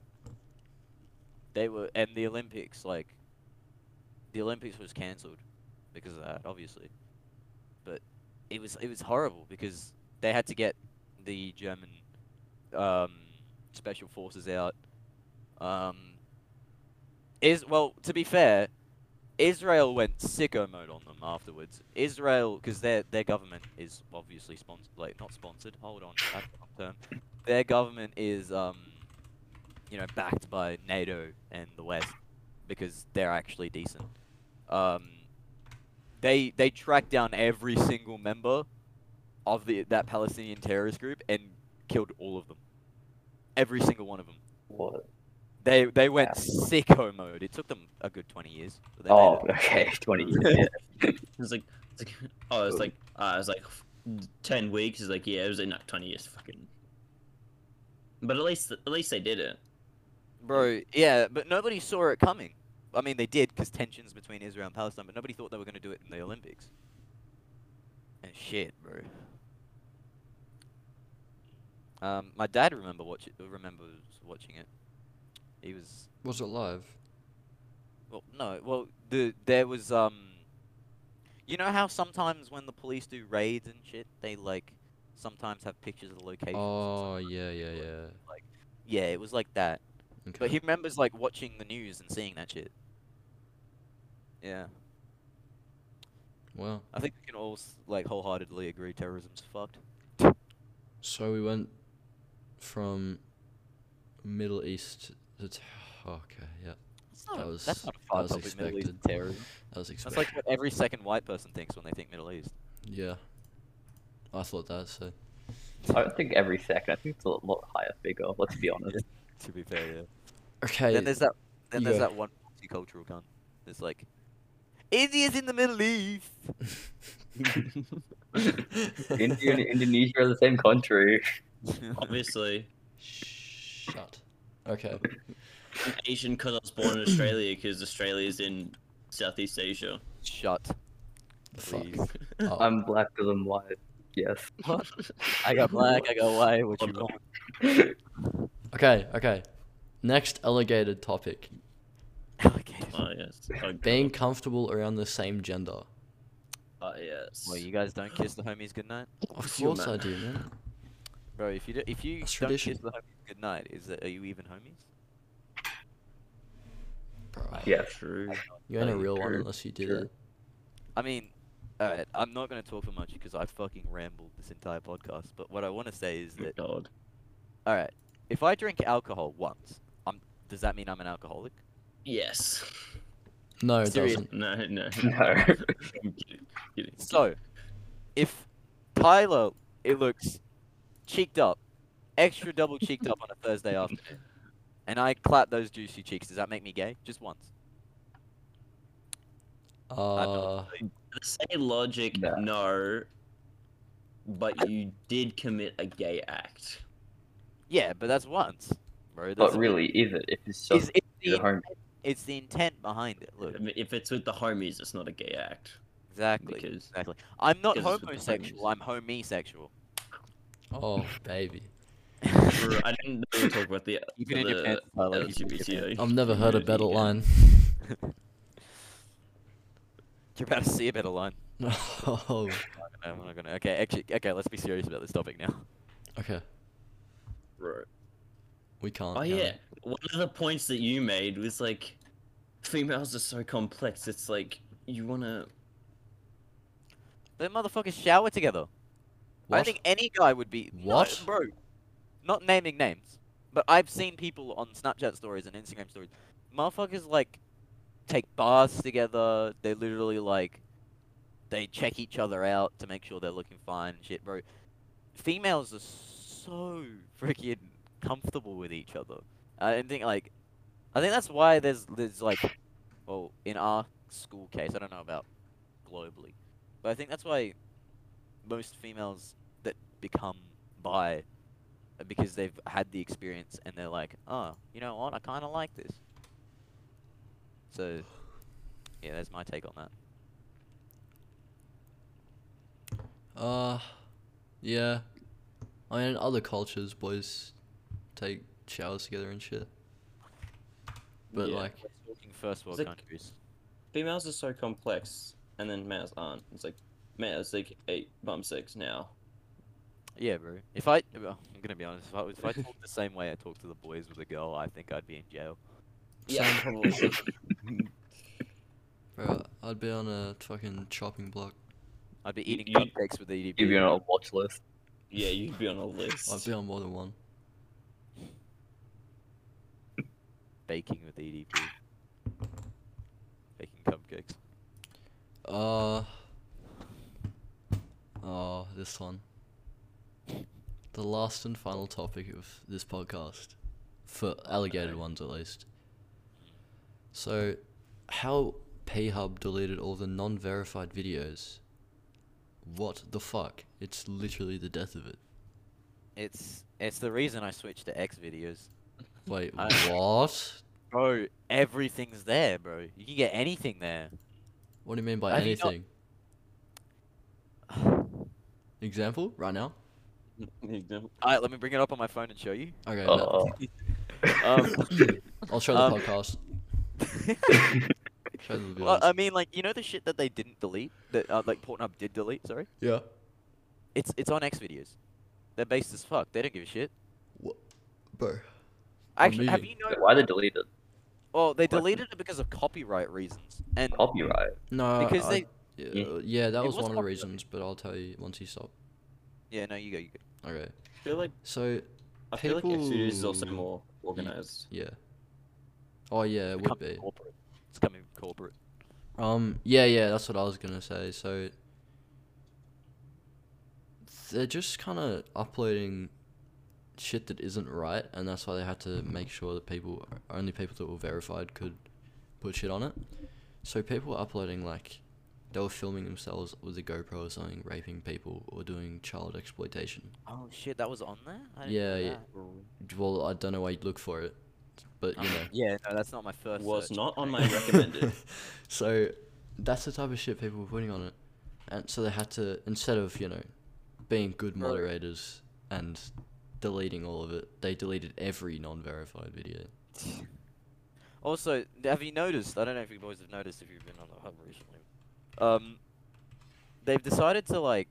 S2: They were, and the Olympics, like, the Olympics was cancelled because of that, obviously. But it was it was horrible because they had to get the German um, special forces out. Um, is well, to be fair, Israel went sicko mode on them afterwards. Israel, because their their government is obviously sponsored, like not sponsored. Hold on, that's the wrong term. Their government is um, you know, backed by NATO and the West because they're actually decent. Um, they they tracked down every single member of the that Palestinian terrorist group and killed all of them. Every single one of them.
S4: What?
S2: They they went
S4: Yeah.
S2: sicko mode. It took them a good twenty years. but they made
S4: Oh,
S2: [LAUGHS] it.
S4: okay. [LAUGHS] Twenty years. yeah.
S3: It's like, it's like oh, it's
S2: [LAUGHS]
S3: like, uh, it's like ten weeks. It's like, yeah, it was in like twenty years. Fucking. But at least, at least they did it.
S2: Bro, yeah, but nobody saw it coming. I mean, they did because tensions between Israel and Palestine, but nobody thought they were going to do it in the Olympics. And shit, bro. Um, my dad remember watch remembers watching it. He was
S1: Was it live?
S2: well, no, well, the there was um, you know how sometimes when the police do raids and shit, they like sometimes have pictures of the locations. and
S1: Oh
S2: sometimes
S1: yeah,
S2: they
S1: yeah,
S2: do it.
S1: yeah.
S2: Yeah, it was like that.
S1: Okay.
S2: But he remembers like watching the news and seeing that shit. Yeah,
S1: Wow.
S2: I think we can all s- like wholeheartedly agree terrorism's fucked.
S1: So we went from Middle East to t- oh, okay, yeah.
S2: That's not
S1: That
S2: a,
S1: was-
S2: that's not
S1: that
S2: a far
S1: was
S2: topic. Middle East
S1: expected.
S2: terrorism.
S1: That was
S2: That's
S1: expected.
S2: like what every second white person thinks when they think Middle East.
S1: yeah. I thought that so.
S4: I don't think every second. I think it's a lot higher figure. Let's be honest.
S2: To be fair, yeah.
S1: Okay.
S2: [LAUGHS] Then there's that. Then there's
S1: yeah.
S2: that one multicultural gun. It's like, India's in the Middle
S1: [LAUGHS]
S2: East. [LAUGHS]
S4: India and Indonesia are the same country.
S3: Obviously,
S1: Shut. Okay.
S3: I'm Asian because I was born in Australia because Australia's in Southeast Asia.
S2: Shut.
S1: Fuck. [LAUGHS]
S2: Please. Um,
S1: Oh,
S4: I'm black because I'm white. Yes.
S2: I got black. I got white. What you
S3: Hold on.
S1: [LAUGHS]
S2: want?
S1: okay. Okay. Next alligator topic:
S2: Alligators.
S3: Oh yes. Oh, God.
S1: being comfortable around the same gender.
S3: Oh yes.
S2: Well, you guys don't kiss the homies goodnight,
S1: Of
S3: What's your
S1: course
S3: ma-
S1: I do, man.
S2: bro. If you do, if you
S1: That's
S2: don't
S1: tradition.
S2: kiss the homies goodnight, is that are you even homies?
S1: Bro,
S4: Yes.
S3: True.
S1: you ain't a
S3: Oh,
S1: real one
S3: true,
S1: unless you do
S4: true.
S1: that.
S2: I mean, alright, I'm not gonna talk for much because I fucking rambled this entire podcast. But what I want to say is that,
S3: God.
S2: alright, if I drink alcohol once, I'm does that mean I'm an alcoholic?
S3: Yes.
S1: No, it
S2: Serious.
S1: doesn't.
S4: [LAUGHS]
S3: No, no.
S4: No.
S3: I'm kidding, kidding.
S2: So, if Tyler, it looks cheeked up, extra double cheeked up on a
S3: [LAUGHS]
S2: Thursday afternoon, and I clap those juicy cheeks, does that make me gay? Just once. I don't
S1: Uh,
S2: believe-
S3: The same logic,
S4: No.
S3: no. But you did commit a gay act.
S2: yeah, but that's once, bro.
S4: But
S2: That's
S4: really, is it? If it's
S2: Is
S4: just
S2: it's
S4: your
S2: the,
S4: home,
S2: it's the intent behind it. Look,
S3: I mean, if it's with the homies, it's not a gay act.
S2: exactly,
S3: Because-
S2: exactly. I'm not
S3: because it's with the
S2: homosexual. I'm
S3: [LAUGHS]
S2: homosexual.
S1: oh baby,
S2: [LAUGHS]
S3: Bro, I didn't really talk
S1: [LAUGHS]
S3: about the
S2: Even in your
S3: the
S2: pants, Tyler. even in your pants.
S3: LGBT.
S1: I've never heard a
S3: community
S1: better
S3: yet.
S1: line.
S2: You're about to see a better line.
S1: [LAUGHS] oh,
S2: I'm not gonna. Okay, actually, okay. Let's be serious about this topic now.
S1: okay.
S3: Bro.
S1: We can't.
S3: Oh
S1: can we?
S3: yeah, one of the points that you made was like, females are so complex. It's like you wanna.
S2: They motherfuckers shower together. I
S1: What?
S2: don't think any guy would be. No,
S1: What?
S2: bro? Not naming names, but I've seen people on Snapchat stories and Instagram stories. Motherfuckers like take baths together. They literally like they check each other out to make sure they're looking fine and shit, bro. Females are so freaking comfortable with each other. I don't think like I think that's why there's there's like well in our school case I don't know about globally, but I think that's why most females that become bi are because they've had the experience and they're like, oh, you know what, I kind of like this. So, yeah, that's my take on that.
S1: Uh, yeah. I mean, in other cultures, boys take showers together and shit. But
S3: Yeah.
S1: like,
S2: We're talking first world
S3: Is it-
S2: countries.
S3: Females are so complex, and then males aren't. It's like, males like eight bum six now.
S2: Yeah, bro. If I, uh, well, I'm gonna be honest. If I, if I talked the same way I talk to the boys with a girl, I think I'd be in jail.
S3: Yeah, probably.
S1: bro, I'd be on a fucking chopping block.
S2: I'd be
S4: You-
S2: eating
S4: you-
S2: cupcakes with E the
S4: You'd be
S2: EDP.
S4: on a watch list.
S3: Yeah, you'd be on a
S1: I'd
S3: list.
S1: be on more than one.
S2: Baking with EDP. Baking cupcakes.
S1: Uh. Oh, this one. The last and final topic of this podcast, for alligator ones at least. So, how PHub deleted all the non verified videos. What the fuck? It's literally the death of it.
S2: It's it's the reason I switched to X videos.
S1: Wait,
S3: I-
S1: what?
S2: Bro, everything's there, bro. You can get anything there.
S1: What do you mean by
S2: Have you not-
S1: anything? Example? Right now?
S3: [LAUGHS]
S2: Alright, let me bring it up on my phone and show you.
S1: Okay, bet.
S4: Oh.
S1: [LAUGHS]
S2: Um, [LAUGHS]
S1: I'll show the
S2: um,
S1: podcast. Show them the
S2: well,
S1: videos.
S2: um, I mean, like you know the shit that they didn't delete, that uh, like Pornhub did delete. Sorry,
S1: yeah.
S2: it's it's on X videos. They're based as fuck. They don't give a shit.
S1: Bro. I'm
S2: Actually, have you
S1: moving.
S2: know?
S4: Why they deleted
S2: Well, they
S4: What?
S2: deleted it because of copyright reasons, and
S4: copyright?
S1: No.
S2: Because
S1: I-
S2: they-
S1: Yeah, yeah, that
S2: It
S1: was one
S2: was
S1: of the
S2: popular.
S1: reasons, but I'll tell you once you stop.
S2: yeah, no, you go, you go.
S1: Okay.
S3: I feel like
S1: So,
S3: I feel like X videos is also
S1: People-
S3: more organized.
S1: yeah. Oh, yeah, it would
S2: Becoming
S1: be.
S2: corporate. It's coming corporate.
S1: Um, yeah, yeah, that's what I was gonna say. So they're just kind of uploading shit that isn't right, and that's why they had to make sure that people, only people that were verified, could put shit on it. So people were uploading like they were filming themselves with a GoPro or something, raping people or doing child exploitation.
S2: Oh shit, that was on there. I didn't
S1: Yeah,
S2: know
S1: yeah.
S2: that.
S1: Well, I don't know why you'd look for it, but you
S4: [LAUGHS]
S1: know.
S2: yeah. No, that's not my first.
S3: Was
S2: search.
S3: not on my
S1: [LAUGHS]
S3: recommended.
S1: so that's the type of shit people were putting on it. And so they had to, instead of, you know, being good
S2: Bro.
S1: moderators and deleting all of it, they deleted every non verified video.
S2: Also, have you noticed? I don't know if you boys have noticed if you've been on the hub recently. Um, they've decided to like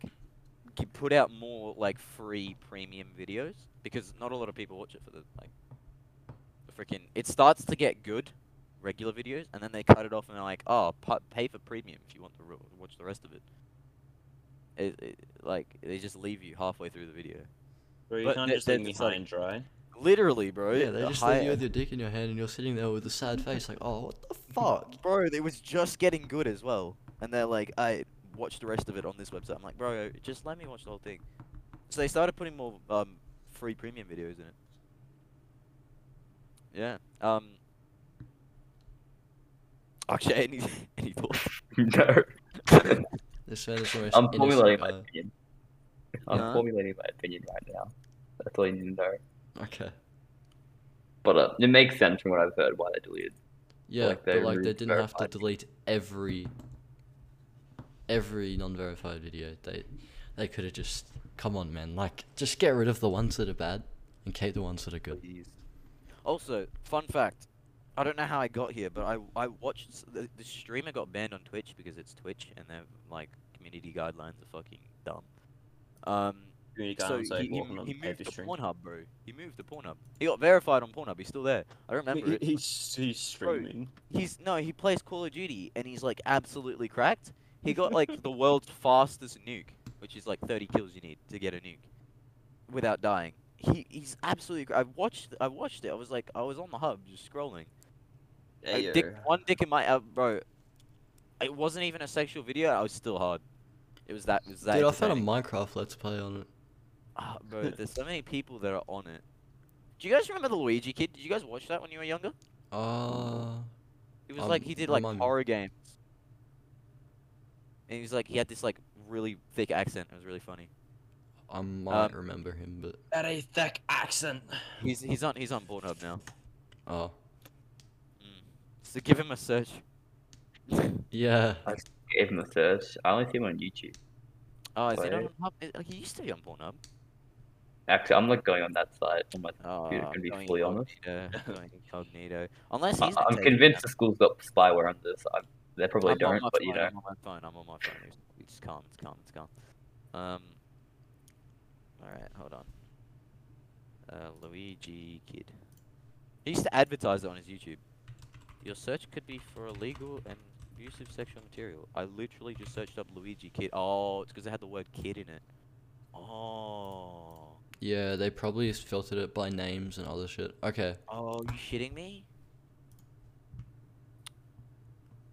S2: g- put out more like free premium videos because not a lot of people watch it for the like the freaking. It starts to get good, regular videos, and then they cut it off and they're like, "Oh, pa- pay for premium if you want to re- watch the rest of it." It, it. Like they just leave you halfway through the video.
S3: Bro, you
S2: But
S3: can't
S2: they-
S3: just leave
S2: they
S3: me
S2: decided-
S3: high and dry.
S2: Literally, bro.
S1: yeah, they
S2: the
S1: just leave
S2: higher-
S1: you with your dick in your hand and you're sitting there with a sad face, like, oh, what
S4: [LAUGHS]
S1: the fuck?
S2: bro, it was just getting good as well. And they're like, I watched the rest of it on this website. I'm like, bro, just let me watch the whole thing. So they started putting more um, free premium videos in it. Yeah. Um. Actually, [LAUGHS] any any thoughts?
S4: no.
S1: This man is the most
S4: [LAUGHS] I'm
S1: innocent
S4: formulating my
S1: guy.
S4: opinion. I'm
S2: Yeah.
S4: formulating my opinion right now. That's all you need to know.
S1: uh, [LAUGHS] Okay.
S4: But uh, it makes sense from what I've heard why they deleted.
S1: Yeah,
S4: like, they
S1: but like they
S4: really
S1: didn't have to
S4: verified.
S1: delete every every non-verified video. They they could have just come on, man. Like just get rid of the ones that are bad and keep the ones that are good.
S2: Please. Also, fun fact. I don't know how I got here, but I I watched s- the, the streamer got banned on Twitch because it's Twitch and their like community guidelines are fucking dumb. Um,
S3: Community
S2: so
S3: guidelines, like
S2: he, he,
S3: walking on
S2: he
S3: the
S2: moved
S3: paper
S2: to
S3: string.
S2: Pornhub, bro. He moved to Pornhub. He got verified on Pornhub. He's still there. I remember
S3: He-
S2: it.
S3: He's, he's streaming.
S2: He's no, he plays Call of Duty and he's like absolutely cracked. He got like the world's fastest nuke, which is like 30 kills you need to get a nuke without dying. He he's absolutely. cra- I watched I watched it. I was like I was on the hub just scrolling. I
S3: Ayo.
S2: dick, one dick in my uh, bro. It wasn't even a sexual video. I was still hard. It was that. It was that.
S1: Dude, I found a
S2: entertaining.
S1: Minecraft Let's Play on it.
S2: Ah, bro, there's so many people that are on it. Do you guys remember the Luigi kid? Did you guys watch that when you were younger?
S1: Uh,
S2: It was like
S1: Um,
S2: he did like
S1: remind me.
S2: horror games. And he was like he had this like really thick accent. It was really funny.
S1: I might
S2: Um,
S1: remember him, but
S3: That a thick accent.
S2: He's he's on he's on Pornhub now. Mm.
S1: oh
S2: So give him a search. [LAUGHS] Oh,
S1: yeah,
S4: Gave them a search. I only see him on YouTube.
S2: Oh, is he not
S4: Wait.
S2: on Hub? is- Like, he used to be on Pornhub.
S4: Actually, I'm not going on that site. On my,
S2: Oh,
S4: Dude,
S2: I'm
S4: to be
S2: going
S4: fully honest.
S2: incognito, going incognito. Unless
S4: I,
S2: he's.
S4: I'm convinced the school's got spyware on this. I, they probably
S2: I'm on
S4: don't,
S2: my
S4: but you
S2: phone,
S4: know.
S2: I'm on my phone. I'm on my phone. It's, it's calm. It's calm. It's calm. Um. All right, hold on. Uh, Luigi Kid. He used to advertise it on his YouTube. Your search could be for illegal and abusive sexual material. I literally just searched up Luigi Kid. Oh, it's because it had the word kid in it. Oh.
S1: Yeah, they probably s- filtered it by names and other shit. Okay.
S6: Are
S2: Oh,
S6: you shitting me?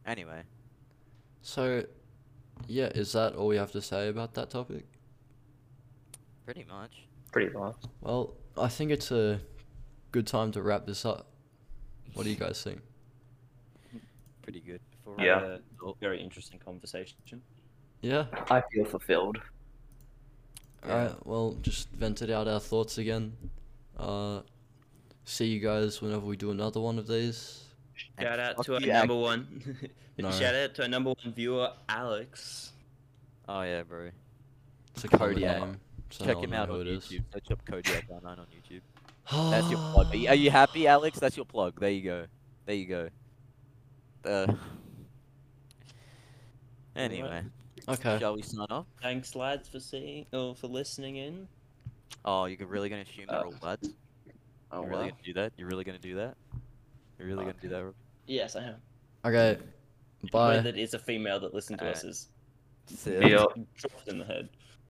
S2: Anyway,
S1: So, yeah, is that all we have to say about that topic?
S6: Pretty much.
S4: Pretty much.
S1: Well, I think it's a good time to wrap this up. What do you guys think?
S2: pretty good. uh,
S3: For
S4: Yeah.
S3: a very interesting conversation.
S1: Yeah.
S4: I feel fulfilled.
S1: Alright, well, just vented out our thoughts again. Uh, see you guys whenever we do another one of these.
S2: And
S3: Shout out
S2: fuck
S3: to our
S2: you,
S3: number one. [LAUGHS]
S1: No.
S3: Shout out to our number one viewer, Alex.
S2: Oh yeah, bro.
S1: It's a common
S2: Kodiak.
S1: name, so
S2: Check
S1: no one
S2: him
S1: will
S2: out
S1: know
S2: on
S1: who it is.
S2: YouTube. Search up Kodiak 99 on YouTube. That's your plug. Are you, are you happy, Alex? That's your plug. There you go. There you go. Uh. Anyway,
S1: Okay.
S2: shall we sign off?
S3: Thanks, lads, for seeing or for listening in.
S2: Oh, you're really gonna assume
S4: Uh,
S2: they're all lads?
S4: Oh,
S2: you're really
S4: wow.
S2: gonna do that? You're really gonna do that? You're really gonna do that? Rob?
S3: Yes, I am.
S1: Okay.
S3: Whether
S1: Bye.
S3: it is a female that listened to us is
S2: Sis.
S4: Yeah.
S3: dropped in the head.